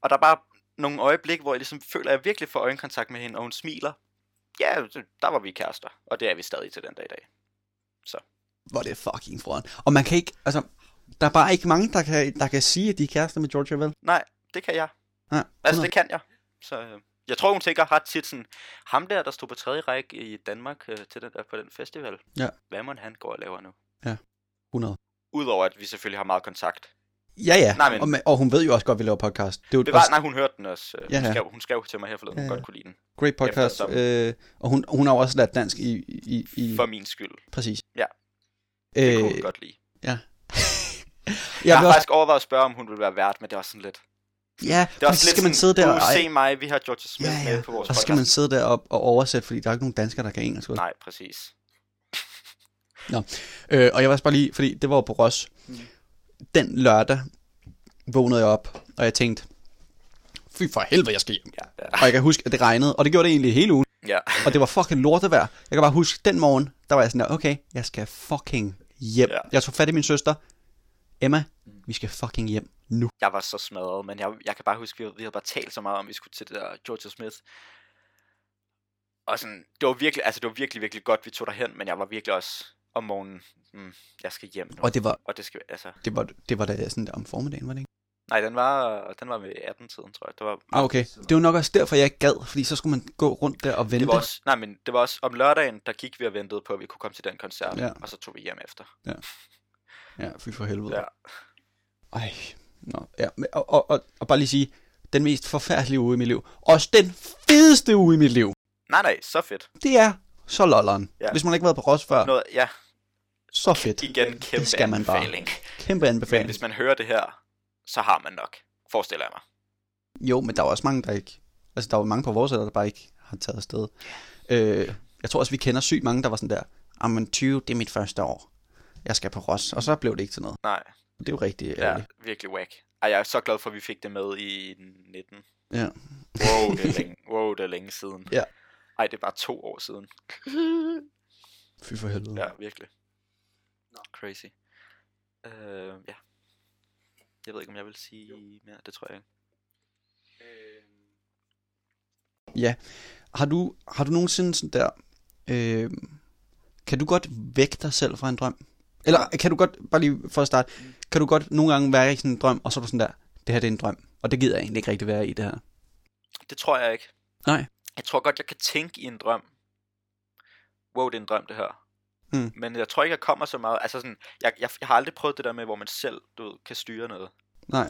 A: Og der er bare nogle øjeblik, hvor jeg ligesom føler, at jeg virkelig får øjenkontakt med hende, og hun smiler. Ja, der var vi kærester, og det er vi stadig til den dag i dag.
B: Hvor er det fucking foran. Og man kan ikke, altså, der er bare ikke mange, der kan, der kan sige, at de er kærester med Georgia, vel?
A: Nej, det kan jeg.
B: Nej,
A: Altså,
B: 100.
A: det kan jeg. Så øh, jeg tror, hun tænker ret tit sådan, ham der, der stod på tredje række i Danmark øh, til den der, på den festival,
B: Ja.
A: hvad må han går og laver nu?
B: 100.
A: Udover at vi selvfølgelig har meget kontakt.
B: Ja, ja.
A: Nej, men-
B: Og, man, og, hun ved jo også godt, at vi laver podcast. Det er jo
A: Det
B: et
A: var,
B: også
A: nej, hun hørte den også. Øh,
B: Ja,
A: hun,
B: ja.
A: skrev, hun skrev til mig her forleden,
B: Ja,
A: hun
B: ja.
A: godt kunne lide den.
B: great podcast.
A: eftersom-
B: Øh, og hun, hun har jo også lært dansk i... i, i
A: For min skyld.
B: Præcis.
A: Ja. Det kunne hun
B: Øh,
A: godt lide. Jeg,
B: jeg
A: har
B: vil også,
A: faktisk overvejet at spørge, om hun ville være vært, men det var sådan lidt...
B: ja,
A: Det var
B: og
A: også
B: så
A: lidt
B: skal man
A: sådan,
B: sidde der
A: "Uh,
B: og,
A: se mig, vi har George Smith
B: ja,
A: ja,
B: ja.
A: med på vores
B: og så skal man
A: podcast.
B: sidde der og, og oversætte, fordi der er ikke nogen danskere, der kan engelsk. vel?
A: Nej, præcis.
B: Øh, og jeg var også bare lige, fordi det var jo på Ros.
A: Mm.
B: Den lørdag vågnede jeg op, og jeg tænkte, fy for helvede, jeg skal hjem.
A: Ja, ja.
B: Og jeg kan huske, at det regnede, og det gjorde det egentlig hele ugen.
A: ja.
B: Og det var fucking lortevejr. Jeg kan bare huske, den morgen, der var jeg sådan der, okay, jeg skal fucking hjem.
A: Ja.
B: Jeg tog fat i min søster. Emma, vi skal fucking hjem nu.
A: Jeg var så smadret, men jeg, jeg kan bare huske, vi, vi havde bare talt så meget om, at vi skulle til det der George Smith. Og sådan, det var virkelig, altså det var virkelig, virkelig godt, vi tog derhen, men jeg var virkelig også om morgenen, mm, jeg skal hjem nu.
B: Og det var,
A: og det skal, altså,
B: det var, det var da sådan der om formiddagen, var det ikke?
A: nej, den var, den var ved 18-tiden, tror jeg. Det var,
B: Ah, okay. Det var nok også derfor, jeg ikke gad, fordi så skulle man gå rundt der og vente.
A: det var også, nej, men det var også om lørdagen, der gik vi og ventede på, at vi kunne komme til den koncert,
B: Ja.
A: og så tog vi hjem efter.
B: Ja, fy for helvede.
A: Ja.
B: Ej, nå, ja. men- Og, og, og, og bare lige sige, den mest forfærdelige uge i mit liv. Også den fedeste uge i mit liv.
A: Nej, nej, så fedt.
B: Det er så lolleren. Ja.
A: Ja.
B: Hvis man ikke har været på Ros før,
A: Noget, ja,
B: så fedt.
A: igen, kæmpe
B: det skal man bare.
A: anbefaling.
B: Kæmpe
A: Men
B: anbefaling.
A: hvis man hører det her, så har man nok, forestiller jeg mig.
B: Jo, men der er også mange, der ikke... Altså, der er jo mange på vores alder, der bare ikke har taget afsted. Øh, jeg tror også, vi kender sygt mange, der var sådan der, jamen 20, det er mit første år. Jeg skal på Ros, og så blev det ikke til noget.
A: Nej.
B: Det er jo rigtig
A: Ja,
B: ærgerligt.
A: virkelig whack. Ej, jeg er så glad for, at vi fik det med i 19.
B: Ja.
A: Wow, det er længe, wow, det er længe siden.
B: Ja.
A: Ej, det er bare to år siden.
B: Fy for helvede.
A: Ja, virkelig. Crazy. Øh, ja. Jeg ved ikke, om jeg vil sige mere. Det tror jeg ikke.
B: Har du, har du nogensinde sådan der, øh, Kan du godt vække dig selv fra en drøm? Eller kan du godt, bare lige for at starte, kan du godt nogle gange være i sådan en drøm, og så er du sådan der, det her det er en drøm, og det gider jeg egentlig ikke rigtig være i det her.
A: Det tror jeg ikke.
B: Nej.
A: Jeg tror godt, jeg kan tænke i en drøm. Wow, det er en drøm, det her.
B: Hmm.
A: Men jeg tror ikke, jeg kommer så meget. Altså sådan, jeg, jeg, jeg har aldrig prøvet det der med, hvor man selv du ved, kan styre noget.
B: Nej.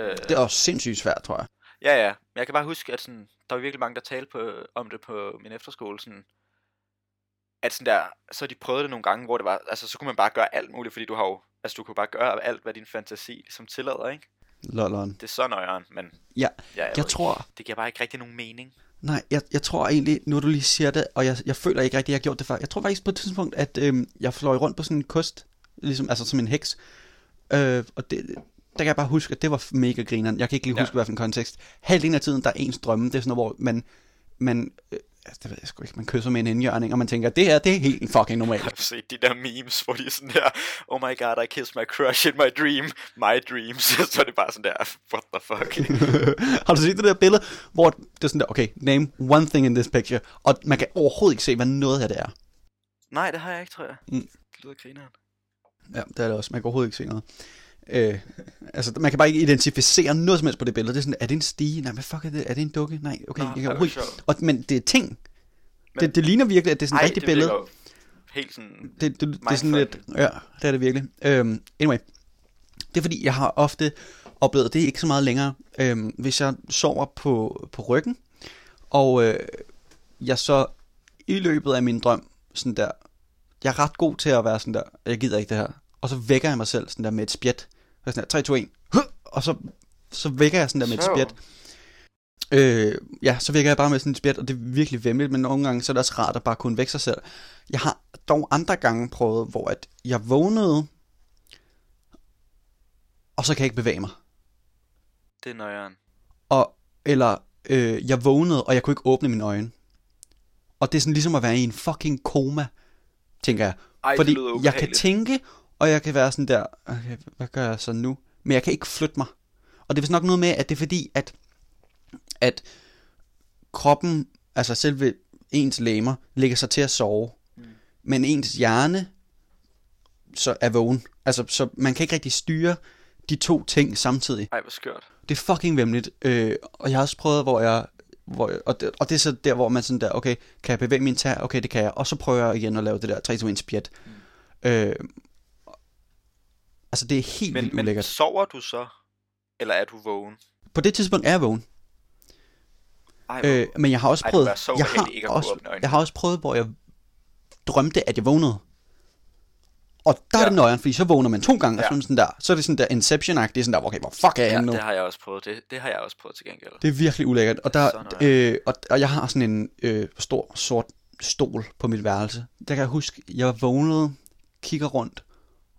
A: Øh,
B: Det er også sindssygt svært, tror jeg.
A: Ja, ja. Men jeg kan bare huske, at sådan, der var virkelig mange, der talte på, om det på min efterskole. Sådan, at sådan der, så de prøvede det nogle gange, hvor det var, altså så kunne man bare gøre alt muligt, fordi du har jo, altså du kunne bare gøre alt, hvad din fantasi ligesom tillader, ikke?
B: Lolleren.
A: Det er så nøjeren, men
B: Ja,
A: ja, jeg,
B: jeg
A: ved
B: tror,
A: ikke. det giver bare ikke rigtig nogen mening.
B: Nej, jeg, jeg tror egentlig, nu du lige siger det, og jeg, jeg føler ikke rigtig, jeg har gjort det før. Jeg tror faktisk på et tidspunkt, at øhm, jeg fløj rundt på sådan en kost, ligesom, altså som en heks. Øh, og det, der kan jeg bare huske, at det var mega grineren. Jeg kan ikke lige
A: Ja.
B: huske, ja. hvad for en kontekst. Halvdelen af tiden, der er ens drømme. Det er sådan noget, hvor man, man øh, altså, det ved jeg sgu ikke, man kysser med en indjørning, og man tænker, det her, det er helt fucking
A: Jeg
B: normalt.
A: har set de der memes, hvor de er sådan der, oh my god, I kissed my crush in my dream, my dreams. så er det bare sådan der, what the fuck.
B: har du set det der billede, hvor det er sådan der, okay, name one thing in this picture, og man kan overhovedet ikke se, hvad noget af det er.
A: Nej, det har jeg ikke, tror jeg.
B: Mm.
A: Det lyder grineren.
B: Ja, det er det også. Man kan overhovedet ikke se noget. Øh, altså, man kan bare ikke identificere noget som helst på det billede. Det er sådan, er det en stige? Nej, hvad fuck er det? Er det en dukke? Nej, okay,
A: Nå,
B: jeg
A: det
B: kan
A: er
B: overhovedet
A: jo
B: ikke. Og, men det er ting. Men,
A: Men-
B: det, det, ligner virkelig, at det er sådan et
A: Ej,
B: rigtigt
A: det
B: billede.
A: virker jo Helt sådan,
B: Det, det, det er sådan lidt,
A: mindfuck.
B: ja, det er det virkelig. Øhm, anyway, det er fordi, jeg har ofte oplevet, det er ikke så meget længere, øhm, hvis jeg sover på, på ryggen, og øh, jeg så i løbet af min drøm, sådan der, jeg er ret god til at være sådan der, jeg gider ikke det her, og så vækker jeg mig selv sådan der med et spjæt, Så sådan der, 3, 2, 1, og så, så vækker jeg sådan der med et
A: Sjov.
B: spjæt, Øh, ja, så virker jeg bare med sådan et spjæt, og det er virkelig vemmeligt, men nogle gange så er det også rart at bare kunne vække sig selv. Jeg har dog andre gange prøvet, hvor at jeg vågnede, og så kan jeg ikke bevæge mig.
A: det er nøjeren.
B: Og, eller øh, jeg vågnede, og jeg kunne ikke åbne mine øjne. Og det er sådan ligesom at være i en fucking koma, tænker jeg.
A: Ej, det
B: Fordi
A: lyder
B: jeg kan
A: ubehageligt.
B: tænke, og jeg kan være sådan der, okay, hvad gør jeg så nu? Men jeg kan ikke flytte mig. Og det er vist nok noget med, at det er fordi, at, at kroppen, altså selve ens læmer, lægger sig til at sove. Mm. Men ens hjerne så er vågen. Altså, så man kan ikke rigtig styre de to ting samtidig.
A: Ej, hvor skørt.
B: Det er fucking vemmeligt. Øh, og jeg har også prøvet, hvor jeg... Hvor, jeg- og, det, og det er så der, hvor man sådan der, okay, kan jeg bevæge min tær? Okay, det kan jeg. Og så prøver jeg igen at lave det der 3 2 1 spjæt. Mm. Øh, altså, det er helt men,
A: Men,
B: vildt
A: men
B: ulækkert.
A: sover du så? Eller er du vågen?
B: På det tidspunkt er jeg vågen.
A: Ej, hvor-
B: Øh, men jeg har også
A: Ej, det
B: prøvet...
A: må være så
B: jeg,
A: ubehageligt ikke
B: har
A: at kunne
B: også,
A: åbne øjnene.
B: jeg har også prøvet, hvor jeg drømte, at jeg vågnede. Og der ja. er
A: Ja.
B: det nøjeren, fordi så vågner man to gange, ja. og så er
A: Ja.
B: man sådan der, så er det sådan der Inception-agtigt, sådan der, okay, hvor fuck er
A: ja,
B: jeg henne nu?
A: det har jeg også prøvet. Det, det har jeg også prøvet til gengæld.
B: Det er virkelig ulækkert. Og, der,
A: Sådan
B: øh, og, og jeg har sådan en øh, stor sort stol på mit værelse. Der kan jeg huske, jeg vågnede, kigger rundt,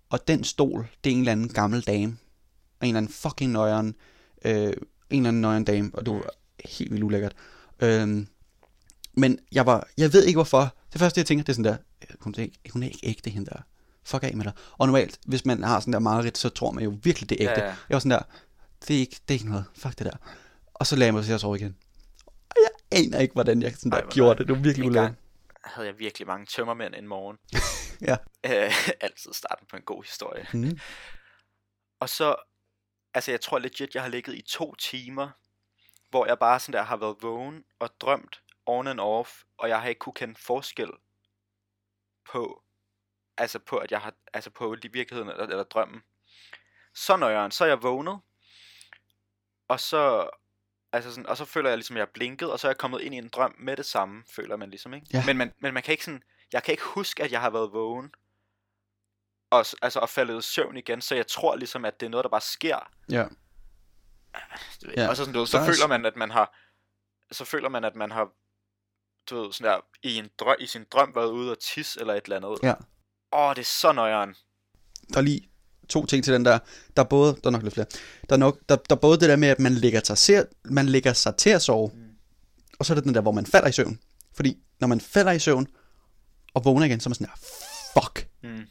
B: og den stol, det er en eller anden gammel dame. Og en eller anden fucking nøjeren, øh, en eller anden nøjeren dame, og det var helt vildt ulækkert. Øhm, men jeg var, jeg ved ikke hvorfor. Det første jeg tænker, det er sådan der, øh, hun er ikke, hun er ikke ægte hende der. Fuck af med dig. Og normalt, hvis man har sådan der mareridt, så tror man jo virkelig, det er ægte.
A: Ja, ja.
B: Jeg var sådan der, det er, ikke, det er ikke noget. Fuck det der. Og så lagde jeg mig til at sove igen. Og jeg aner ikke, hvordan jeg sådan der
A: Ej,
B: Ej,
A: hvor
B: gjorde
A: nej.
B: det. Det var virkelig
A: En
B: ulækkert.
A: gang havde jeg virkelig mange tømmermænd en morgen.
B: Ja.
A: Øh, altid starten på en god historie.
B: Mm.
A: Og så, altså jeg tror legit, jeg har ligget i to timer, hvor jeg bare sådan der har været vågen og drømt on and off, og jeg har ikke kunne kende forskel på, altså på, at jeg har, altså på de virkeligheden eller, eller drømmen. Så når jeg, så er jeg vågnet, og så, altså sådan, og så føler jeg ligesom, at jeg er blinket, og så er jeg kommet ind i en drøm med det samme, føler man ligesom, ikke?
B: Ja.
A: Men, man, men man kan ikke sådan, jeg kan ikke huske, at jeg har været vågen, og, s- altså, og faldet i søvn igen, så jeg tror ligesom, at det er noget, der bare sker.
B: Ja.
A: Du ved,
B: Ja,
A: Og så, sådan, du ved, så
B: der er
A: føler
B: s-
A: man, at man har, så føler man, at man har, du ved, sådan der, i, en drøm, i sin drøm været ude og tisse eller et eller andet.
B: Ja.
A: Åh, det er så nøjeren.
B: der er lige to ting til den der. Der er både, der er nok lidt flere. Der er, nok, der, der er både det der med, at man lægger, sig til, man lægger sig til at sove, mm. og så er det den der, hvor man falder i søvn. Fordi når man falder i søvn, og vågner igen, så er man sådan her, fuck. Mm.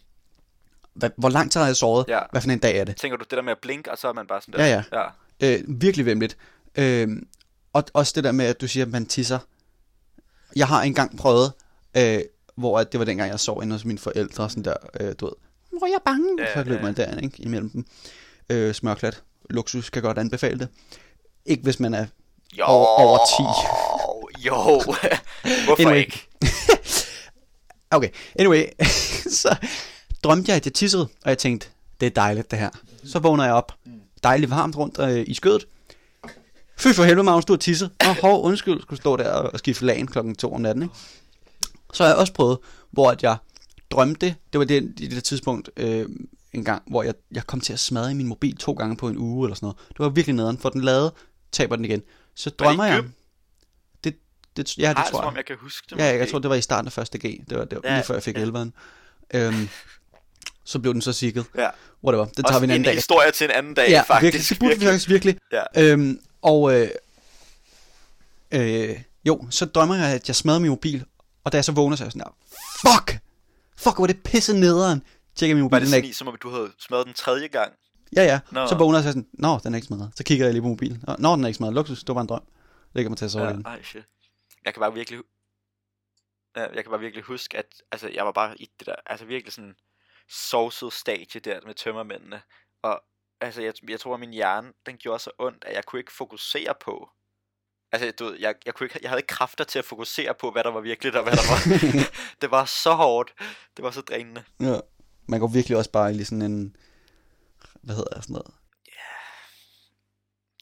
B: Hvad, hvor lang tid har jeg sovet?
A: Ja.
B: Hvad for en dag er det?
A: Tænker du det der med at blinke, og så er man bare sådan der.
B: Ja, ja.
A: ja.
B: Øh, virkelig vemmeligt. Øh, og også det der med, at du siger, at man tisser. Jeg har engang prøvet, øh, hvor at det var dengang, jeg sov inde hos mine forældre, sådan der, øh, du ved, hvor jeg er bange,
A: Ja,
B: ja, så løb
A: ja.
B: man derinde, ikke, imellem dem. Øh, smørklat, luksus, kan godt anbefale det. Ikke hvis man er
A: Jo,
B: over, over 10.
A: Jo, hvorfor
B: Anyway.
A: ikke?
B: Okay, anyway, så drømte jeg, at jeg tissede, og jeg tænkte, det er dejligt det her. Så vågner jeg op, dejligt varmt rundt øh, i skødet. Fy for helvede, Magnus, du har tisset. Nå, hov, undskyld, skulle stå der og skifte lagen klokken 2 om natten, ikke? Så har jeg også prøvet, hvor at jeg drømte, det var det, det, det tidspunkt øh, en gang, hvor jeg, jeg kom til at smadre min mobil to gange på en uge eller sådan noget. Det var virkelig nederen, for den lavede, taber den igen. Så drømmer jeg.
A: Egypten?
B: Det, det, ja, det
A: Ej,
B: tror
A: som
B: jeg.
A: om jeg kan huske det.
B: Ja, jeg,
A: måske.
B: jeg tror, det var i starten af første G. Det var, det var
A: Ja,
B: ja, lige før jeg fik
A: ja.
B: ja. 11'eren. Øhm, så blev den så sikket.
A: Ja.
B: Whatever, det tager
A: Også
B: vi en anden dag.
A: historie til en anden dag,
B: ja,
A: faktisk.
B: virkelig, det burde vi faktisk virkelig.
A: Ja.
B: Øhm, og øh, øh, jo, så drømmer jeg, at jeg smadrer min mobil. Og da jeg så vågner, så er jeg sådan der, fuck! Fuck, hvor er det pisse nederen. Tjekker min mobil,
A: Var det
B: den er
A: sådan i,
B: ikke...
A: som om du havde smadret den tredje gang?
B: Ja, ja.
A: Nå.
B: Så vågner jeg, så er jeg sådan, nå, den er ikke smadret. Så kigger jeg lige på mobilen. Og, Nå, den er ikke smadret. Luksus, det var en drøm. Lægger mig til at sove
A: Ja,
B: igen.
A: ej, shit. Jeg kan bare virkelig... Ja, Jeg kan bare virkelig huske, at altså, jeg var bare i det der, altså virkelig sådan sovset stadie der med tømmermændene. Og altså, jeg, jeg tror, at min hjerne, den gjorde så ondt, at jeg kunne ikke fokusere på, altså du ved, jeg, jeg, kunne ikke, jeg havde ikke kræfter til at fokusere på, hvad der var virkeligt og hvad der var. det var så hårdt. Det var så drænende.
B: Ja. Man går virkelig også bare i lige sådan en... Hvad hedder sådan noget?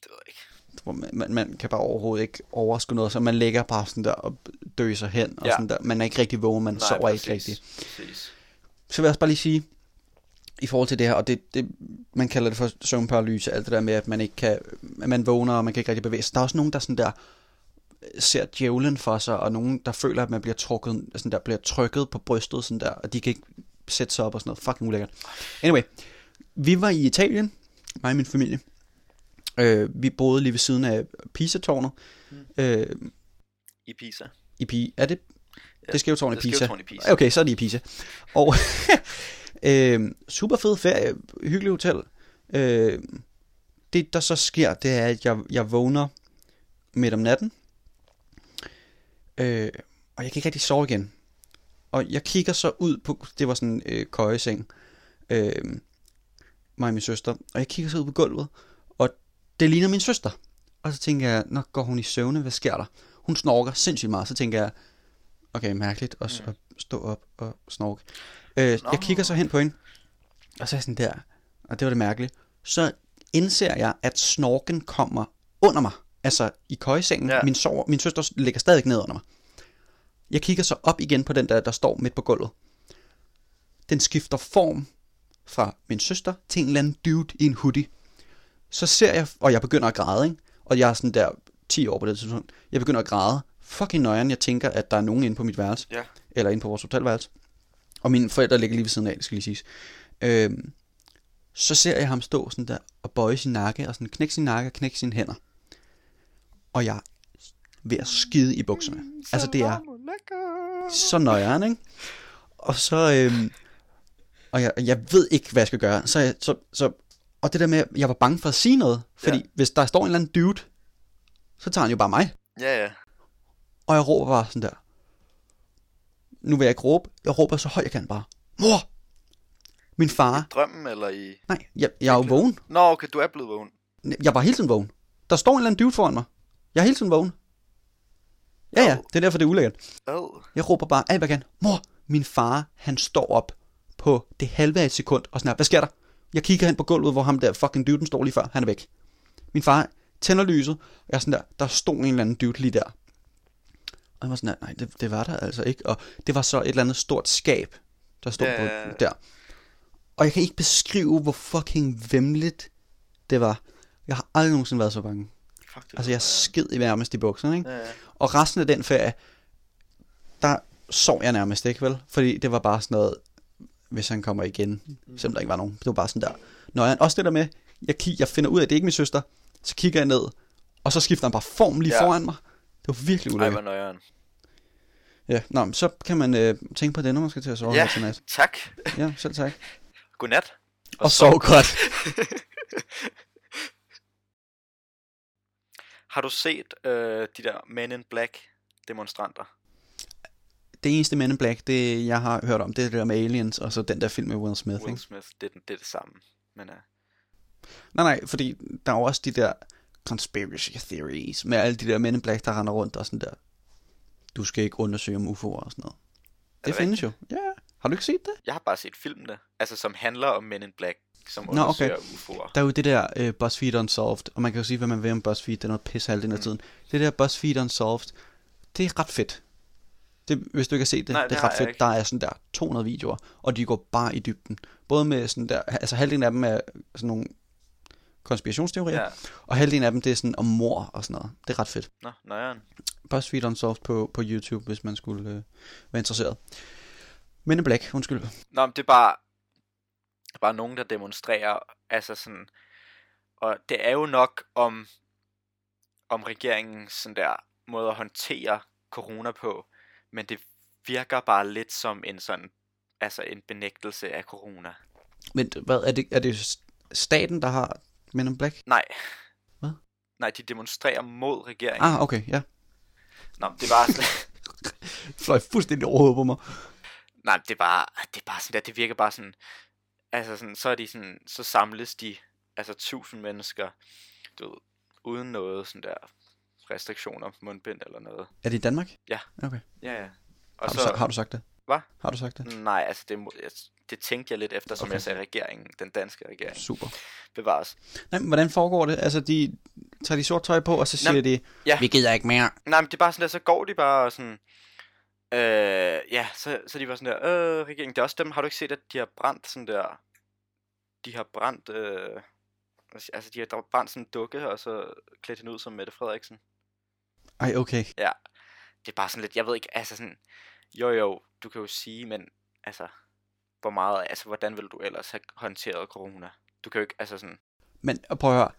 A: Det ved jeg ikke.
B: hvor man, man, man kan bare overhovedet ikke overskue noget, så man ligger bare sådan der og døser hen, og
A: Ja.
B: ja. sådan der. man er ikke rigtig vågen, man Nej, sover ikke rigtig.
A: Præcis.
B: Så vil jeg også bare lige sige, i forhold til det her, og det, det man kalder det for søvnparalyse, alt det der med, at man ikke kan, at man vågner, og man kan ikke rigtig bevæge sig. Der er også nogen, der sådan der øh, ser djævlen for sig, og nogen, der føler, at man bliver trukket, sådan der, bliver trykket på brystet, sådan der, og de kan ikke sætte sig op og sådan noget. Fucking ulækkert. Anyway, vi var i Italien, mig og min familie. Øh, vi boede lige ved siden af Pisa-tårnet.
A: Mm.
B: Øh,
A: I Pisa.
B: i Pisa. Er det? Ja, det skal jo tårne i
A: det er
B: Pisa.
A: Skævtårn i Pisa.
B: Okay, så er de i Pisa. Og øh, super fed ferie, hyggelig hotel. Øh, det, der så sker, det er, at jeg, jeg vågner midt om natten. Øh, og jeg kan ikke rigtig sove igen. Og jeg kigger så ud på, det var sådan en øh, køjeseng, øh, mig og min søster. Og jeg kigger så ud på gulvet, og det ligner min søster. Og så tænker jeg, nå, går hun i søvne, hvad sker der? Hun snorker sindssygt meget, så tænker jeg, okay, mærkeligt at, s- at stå op og snorke. Øh, jeg kigger så hen på hende, og så er jeg sådan der, og det var det mærkelige. Så indser jeg, at snorken kommer under mig, altså i køjesengen.
A: Ja.
B: Ja. Min, sover, min søster ligger stadig ned under mig. Jeg kigger så op igen på den der, der står midt på gulvet. Den skifter form fra min søster til en eller anden dude i en hoodie så ser jeg, og jeg begynder at græde, ikke? og jeg er sådan der 10 år på det tidspunkt, jeg begynder at græde, fucking nøjeren, jeg tænker, at der er nogen inde på mit værelse,
A: Ja.
B: eller inde på vores hotelværelse, og mine forældre ligger lige ved siden af, det skal lige siges. Øhm, så ser jeg ham stå sådan der, og bøje sin nakke, og sådan knække sin nakke, og knække sine hænder. Og jeg er ved at skide i bukserne. Altså det er så nøjeren, ikke? Og så, øhm, og jeg, jeg ved ikke, hvad jeg skal gøre. Så, jeg, så, så, og det der med, at jeg var bange for at sige noget, fordi
A: Ja.
B: ja. hvis der står en eller anden dude, så tager han jo bare mig.
A: Ja, ja.
B: Og jeg råber bare sådan der. Nu vil jeg ikke råbe. Jeg råber så højt jeg kan bare. Mor! Min far.
A: Drømmen eller i...
B: Nej, jeg, jeg er jo vågen.
A: Nå, okay, du er blevet vågen.
B: Jeg var hele tiden vågen. Der står en eller anden dude foran mig. Jeg er hele tiden vågen. Ja, ja. Det er derfor, det er ulækkert.
A: Oh.
B: Jeg råber bare alt, hvad jeg kan. Mor, min far, han står op på det halve af et sekund og sådan her. Hvad sker der? Jeg kigger hen på gulvet, hvor ham der fucking dude, den står lige før. Han er væk. Min far tænder lyset, og jeg er sådan der, der stod en eller anden dude lige der. Og jeg var sådan der, nej, det, det var der altså ikke. Og det var så et eller andet stort skab, der stod
A: Ja,
B: ja,
A: ja, ja.
B: på der. Og jeg kan ikke beskrive, hvor fucking vemmeligt det var. Jeg har aldrig nogensinde været så bange.
A: Fuck, det
B: Altså,
A: lyder-
B: jeg sked i nærmest i bukserne, ikke?
A: Ja, ja.
B: Og resten af den ferie, der sov jeg nærmest ikke, vel? Fordi det var bare sådan noget, hvis han kommer igen,
A: Mm.
B: selvom der ikke var nogen. Det var bare sådan der. Nå, jeg, også det der med, jeg, kig, jeg finder ud af, at det ikke er min søster, så kigger jeg ned, og så skifter han bare form lige
A: Ja.
B: ja. foran mig. Det var virkelig
A: Ej, hvor
B: ulækkert.
A: nøjeren.
B: Ja, nå, men så kan man øh, tænke på det, når man skal til at sove
A: Ja,
B: ja. til nat.
A: tak.
B: Ja, selv tak.
A: Godnat.
B: Og, og sov godt.
A: Har du set øh, de der Men in Black demonstranter?
B: det eneste Men in Black, det jeg har hørt om, det er det der med Aliens, og så den der film med Will Smith.
A: Will
B: Ikke?
A: Smith, det, er den- det er det samme. Men uh,
B: Nej, nej, fordi der er jo også de der conspiracy theories med alle de der Men in Black, der render rundt og sådan der. Du skal ikke undersøge om UFO'er og sådan noget. Det,
A: det
B: findes jo. Ja, har du ikke set det?
A: jeg har bare set filmen der, altså som handler om Men in Black, som
B: Nå, okay.
A: undersøger UFO'er.
B: Der er jo det der uh, BuzzFeed Unsolved, og man kan jo sige, hvad man vil om BuzzFeed, det er noget pis halvdelen af
A: Mm.
B: tiden. Det der BuzzFeed Unsolved, det er ret fedt. Det, hvis du ikke har set det,
A: Nej,
B: det
A: det
B: er
A: har
B: ret
A: jeg
B: fedt.
A: ikke.
B: Der er sådan der 200 videoer, og de går bare i dybden. Både med sådan der, altså halvdelen af dem er sådan nogle konspirationsteorier, ja.
A: Ja.
B: og halvdelen af dem det er sådan om mor og sådan noget. Det er ret fedt.
A: Nå, nøjeren.
B: BuzzFeed Unsolved på, på YouTube, hvis man skulle øh, være interesseret. Men in Black, undskyld.
A: Nå, men det er bare, bare nogen, der demonstrerer, altså sådan, og det er jo nok om, om regeringens sådan der måde at håndtere corona på, men det virker bare lidt som en sådan, altså en benægtelse af corona.
B: Men hvad, er det, er det staten, der har Men in Black?
A: Nej.
B: Hvad?
A: Nej, de demonstrerer mod regeringen. Ah.
B: Ah, okay, ja.
A: Nå, men det er bare sådan,
B: fløj fuldstændig overhovedet på mig.
A: nej, men det er bare, det er bare sådan der, det virker bare sådan, altså sådan, så er de sådan, så samles de, altså tusind mennesker, du ved, uden noget sådan der restriktioner, mundbind eller noget.
B: Er det i Danmark?
A: Ja.
B: Okay.
A: Ja, ja. Og
B: Har,
A: så,
B: du, sa- har du sagt det?
A: Hvad?
B: Har du sagt det?
A: Nej, altså det, må- jeg, det tænkte jeg lidt efter, som
B: Okay.
A: okay. jeg sagde, regeringen, den danske regering,
B: Super.
A: bevares.
B: Nej, men hvordan foregår det? Altså, de tager de sort tøj på, og så siger
A: Nå,
B: de,
A: ja.
B: vi gider ikke mere.
A: Nej, men det er bare sådan der, så går de bare og sådan... Øh, ja, så, så de var sådan der, øh, regeringen, det er også dem, har du ikke set, at de har brændt sådan der, de har brændt, øh, altså de har brændt sådan en dukke, og så klædt hende ud som Mette Frederiksen.
B: Ej, okay.
A: Det er bare sådan lidt, jeg ved ikke, altså sådan, jo jo, du kan jo sige, men altså, hvor meget, altså hvordan vil du ellers have håndteret corona? Du kan jo ikke, altså sådan,
B: Men og prøv at høre,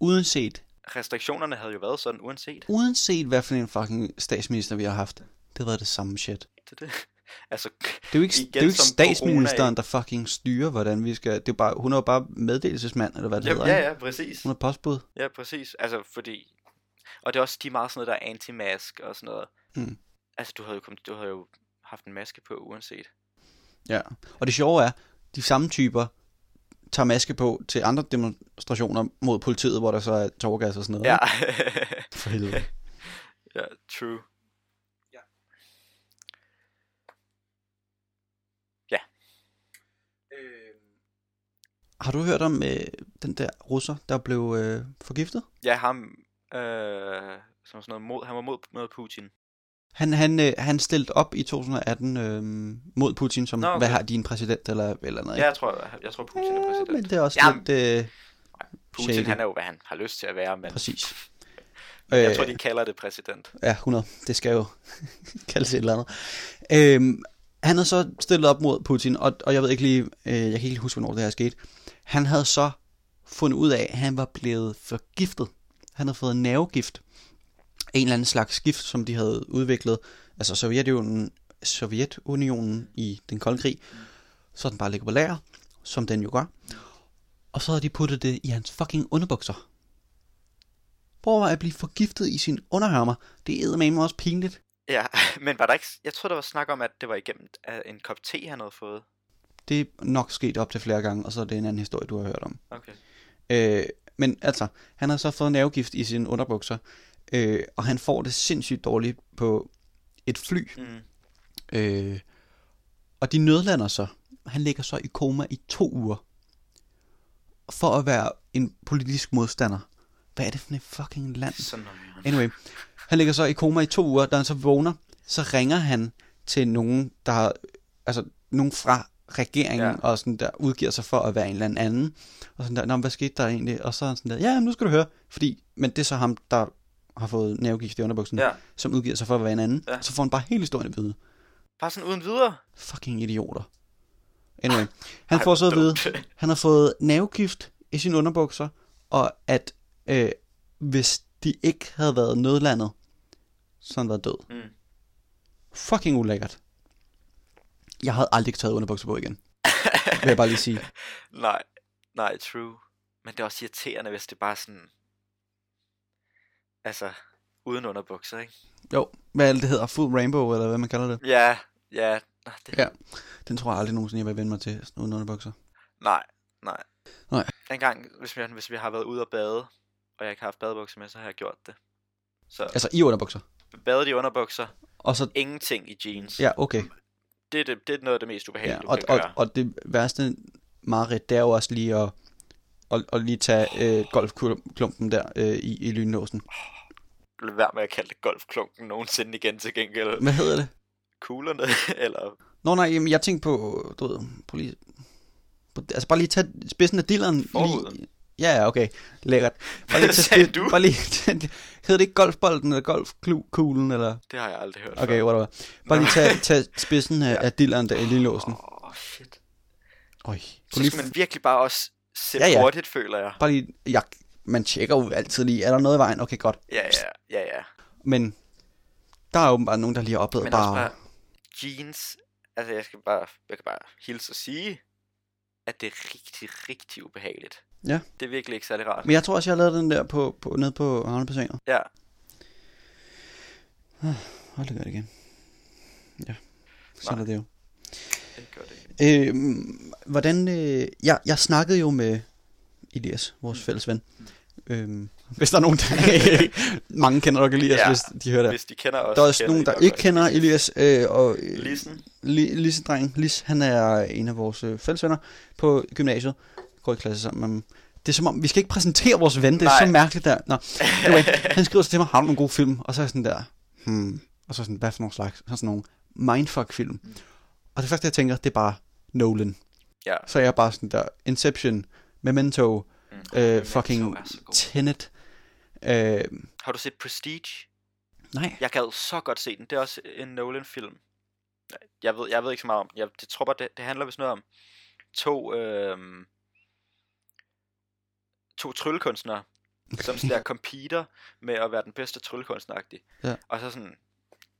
B: uden set,
A: restriktionerne havde jo været sådan uanset.
B: uden set hvad for en fucking statsminister vi har haft, det har været det samme shit.
A: Det, det. Altså,
B: Det er jo ikke,
A: Igen
B: det er jo ikke
A: som corona,
B: statsministeren, der fucking styrer, hvordan vi skal... Det er jo bare, hun er jo bare meddelelsesmand, eller hvad det
A: ja,
B: hedder.
A: ja,
B: ikke?
A: ja, præcis.
B: Hun er postbud.
A: Ja, præcis. Altså, fordi... Og det er også de er meget sådan noget, der er anti-mask og sådan noget.
B: Mm.
A: Altså, du havde, jo kommet, du havde jo haft en maske på, uanset.
B: Ja, og det sjove er, de samme typer tager maske på til andre demonstrationer mod politiet, hvor der så er tårgas og sådan noget.
A: Ja.
B: ikke? For helvede.
A: ja, true.
B: Har du hørt om øh, den der russer, der blev øh, forgiftet?
A: Ja, ham... Øh, som sådan noget mod, han var mod, mod Putin.
B: Han, han, øh, han stillede op i 2018 øh, mod Putin som,
A: Nå, okay.
B: hvad har din præsident, eller, eller noget.
A: Ja, jeg tror, jeg, jeg tror Putin er
B: ja, men
A: præsident.
B: det er også
A: Jamen.
B: lidt... Øh,
A: Putin,
B: shady.
A: han er jo, hvad han har lyst til at være, men...
B: præcis. Øh.
A: Jeg tror, de kalder det præsident.
B: Ja, 100. Det skal jo kaldes et eller andet. Øhm, han havde så stillet op mod Putin, og, og jeg ved ikke lige, øh, jeg kan ikke lige huske, hvornår det her skete. Han havde så fundet ud af, at han var blevet forgiftet. Han havde fået nervegift. En eller anden slags gift, som de havde udviklet. Altså Sovjetunionen, Sovjetunionen i den kolde krig. Så den bare ligger på lager, som den jo gør. Og så havde de puttet det i hans fucking underbukser. Prøv at blive forgiftet i sin underhørmer. Det er med også pinligt.
A: Ja, men var der ikke... Jeg tror, der var snak om, at det var igennem øh, en kop te, han havde fået.
B: Det er nok sket op til flere gange, og så er det en anden historie, du har hørt om.
A: Okay.
B: Øh, men altså, han har så fået nervegift i sine underbukser, øh, og han får det sindssygt dårligt på et fly.
A: Mm.
B: Øh, og de nødlander så. Han ligger så i koma i to uger. For at være en politisk modstander. Hvad er det for et fucking land?
A: Sådan noget.
B: Anyway, han ligger så i koma i to uger, da han så vågner, så ringer han til nogen, der har, altså nogen fra regeringen, ja.
A: Ja.
B: og sådan der udgiver sig for at være en eller anden, og sådan der, Nå, men hvad skete der egentlig? Og så er han sådan der, ja, men nu skal du høre, fordi, men det er så ham, der har fået nervegift i underbuksen, ja.
A: Ja.
B: som udgiver sig for at være en anden, ja.
A: Ja.
B: så får han bare hele historien at vide.
A: Bare sådan uden videre.
B: Fucking idioter. Anyway, han
A: Ej,
B: får så at
A: hvor
B: vide,
A: dumt.
B: han har fået nervegift i sine underbukser, og at øh, hvis de ikke havde været nødlandet, så havde han været død.
A: Mm.
B: Fucking ulækkert. Jeg havde aldrig taget underbukser på igen. Vil jeg bare lige sige.
A: Nej, nej, true. Men det er også irriterende, hvis det bare er sådan... Altså, uden underbukser, ikke?
B: Jo, hvad er det, det hedder? Full Rainbow, eller hvad man kalder det.
A: Ja, ja, nej, det,
B: Ja. Den tror jeg aldrig nogensinde, jeg vil vende mig til, sådan uden underbukser.
A: nej, nej.
B: Nej.
A: En gang, hvis vi, hvis vi har været ude og bade, og jeg ikke har haft badebukser med, så har jeg gjort det. Så altså,
B: Altså i underbukser.
A: badet i underbukser,
B: Og så,
A: ingenting i jeans.
B: ja, okay.
A: Det, er det, det er noget af det mest ubehagelige,
B: Ja,
A: ja,
B: og,
A: du kan
B: og,
A: gøre.
B: og det værste mareridt, det er jo også lige at, at, at lige tage øh, golfklumpen der øh, i, i lynlåsen.
A: Lad være med at kalde det golfklunken nogensinde igen til gengæld.
B: Hvad hedder det?
A: Kuglerne, eller...
B: Nå nej, jamen, jeg tænkte på, du ved, på lige, på, altså bare lige tage spidsen af dilleren.
A: Forhuden.
B: Lige, ja, ja, okay. Lækkert. Bare
A: Hvad sagde
B: spid-
A: du?
B: Bare lige tage, hedder det ikke golfbolden eller golfkuglen, eller?
A: Det har jeg aldrig hørt
B: Okay,
A: før.
B: whatever. Bare lige tage, tage spidsen af, af dilleren der i lillelåsen.
A: Åh, oh, shit.
B: Øj,
A: Så skal man virkelig bare også se
B: Ja,
A: ja,
B: ja.
A: ja. hurtigt, føler jeg.
B: bare lige, ja, man tjekker jo altid lige, er der noget i vejen? Okay, godt.
A: Ja, ja, ja, ja.
B: Men der er åbenbart nogen, der lige har oplevet
A: Men
B: bare,
A: også bare jeans. Altså, jeg skal bare, jeg kan bare hilse og sige, at det er rigtig, rigtig ubehageligt.
B: Ja.
A: Det er virkelig ikke særlig rart.
B: Men jeg tror også, jeg lavede den der på, på nede på havnebassinet.
A: Ja.
B: Hold da godt igen. Ja, sådan
A: Nej.
B: er det jo.
A: Det gør det ikke.
B: Øhm, hvordan, øh, jeg, jeg snakkede jo med Elias, vores fælles ven. Øhm, hvis der er nogen, der mange kender nok Elias, ja.
A: Ja.
B: hvis de hører det.
A: Hvis de kender os,
B: Der er også
A: kender
B: nogen,
A: I
B: der
A: nok
B: ikke
A: også.
B: kender Elias, øh, og øh,
A: Lissen.
B: Li- Lisse dreng, Lis, han er en af vores øh, fællesvenner på gymnasiet. Går i klasse sammen med ham. Det er som om, vi skal ikke præsentere vores ven, det er
A: Nej.
B: så mærkeligt der. Nå, anyway, han skriver så til mig, har du nogle gode film? Og så er jeg sådan der, hmm, og så er jeg sådan, hvad for nogle slags? Så er jeg sådan nogle mindfuck-film.
A: Mm.
B: Og det første, jeg tænker, det er bare Nolan.
A: Ja.
B: Så er jeg bare sådan der, Inception, Memento, mm, øh, fucking
A: er så god.
B: Tenet. Øh,
A: Har du set Prestige?
B: nej,
A: Jeg gad så godt se den. Det er også en Nolan-film. Nej, Jeg ved, jeg ved ikke så meget om den. Jeg det tror bare, det, det handler vist noget om to, øhm, to tryllekunstnere, som sådan der competer med at være den bedste tryllekunstner
B: Ja.
A: Og så sådan,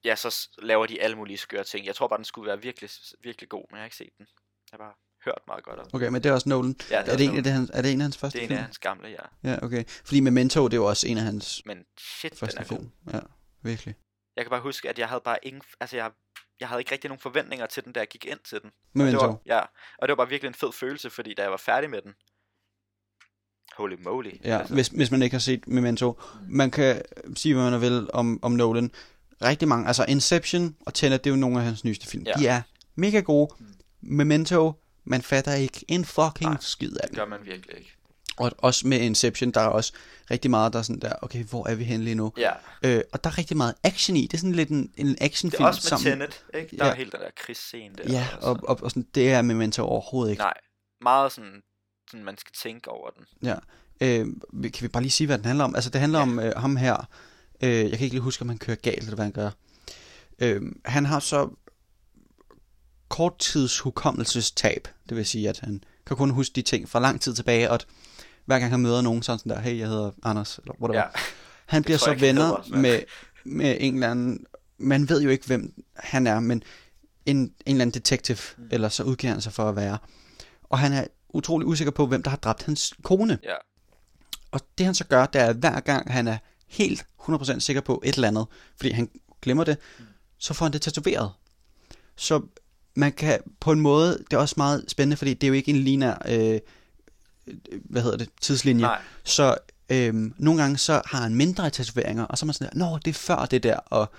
A: ja, så s- laver de alle mulige skøre ting. Jeg tror bare, den skulle være virkelig, virkelig god, men jeg har ikke set den. Jeg har bare hørt meget godt om den.
B: okay, men det er også Nolan.
A: Ja,
B: Er det, en af, det, han, er det en af hans første
A: det er en
B: film?
A: af hans gamle, ja.
B: Ja, okay. Fordi Memento, det er jo også en af hans
A: Men shit,
B: første
A: den er god.
B: film. Ja, virkelig.
A: Jeg kan bare huske, at jeg havde bare ingen, altså jeg, jeg havde ikke rigtig nogen forventninger til den, da jeg gik ind til den.
B: Memento.
A: Det var, ja, og det var bare virkelig en fed følelse, fordi da jeg var færdig med den, holy moly.
B: Ja, altså. hvis, hvis man ikke har set Memento. Man kan sige, hvad man vil om, om Nolan. Rigtig mange, altså Inception og Tenet, det er jo nogle af hans nyeste film. Ja.
A: Ja.
B: De er mega gode. Memento, man fatter ikke en fucking Nej, skid af
A: det
B: dem.
A: gør man virkelig ikke.
B: Og også med Inception, der er også rigtig meget, der er sådan der, okay, hvor er vi henne lige nu?
A: Ja,
B: Øh, og der er rigtig meget action i. Det er sådan lidt en, en
A: det er
B: actionfilm.
A: også med
B: sammen.
A: Tenet, ikke? Der ja.
B: Ja.
A: er helt den der krigsscene der.
B: Ja, og,
A: sådan.
B: og, og sådan, det er Memento overhovedet ikke.
A: Nej, meget sådan, sådan, man skal tænke over den.
B: Ja. Øh, vi- kan vi bare lige sige, hvad den handler om? Altså, det handler ja. om øh, ham her. Øh, jeg kan ikke lige huske, om han kører galt, eller hvad han gør. Øh, han har så korttidshukommelsestab. Det vil sige, at han kan kun huske de ting fra lang tid tilbage, og at hver gang han møder nogen, så er han sådan der, hey, jeg hedder Anders, eller whatever.
A: Ja.
B: Ja. Han bliver
A: tror
B: så
A: jeg ikke, han
B: venner
A: hedder, men-
B: med, med en eller anden, man ved jo ikke, hvem han er, men en, en eller anden detective, mm. eller så udgiver han sig for at være. Og han er utrolig usikker på, hvem der har dræbt hans kone.
A: Ja,
B: Og det han så gør, det er, at hver gang han er helt 100% sikker på et eller andet, fordi han glemmer det,
A: Mm.
B: så får han det tatoveret. Så man kan på en måde, det er også meget spændende, fordi det er jo ikke en linær, øh, hvad hedder det, tidslinje.
A: Nej.
B: Så øhm, nogle gange så har han mindre tatoveringer, og så er man sådan der, nå, det er før det der, og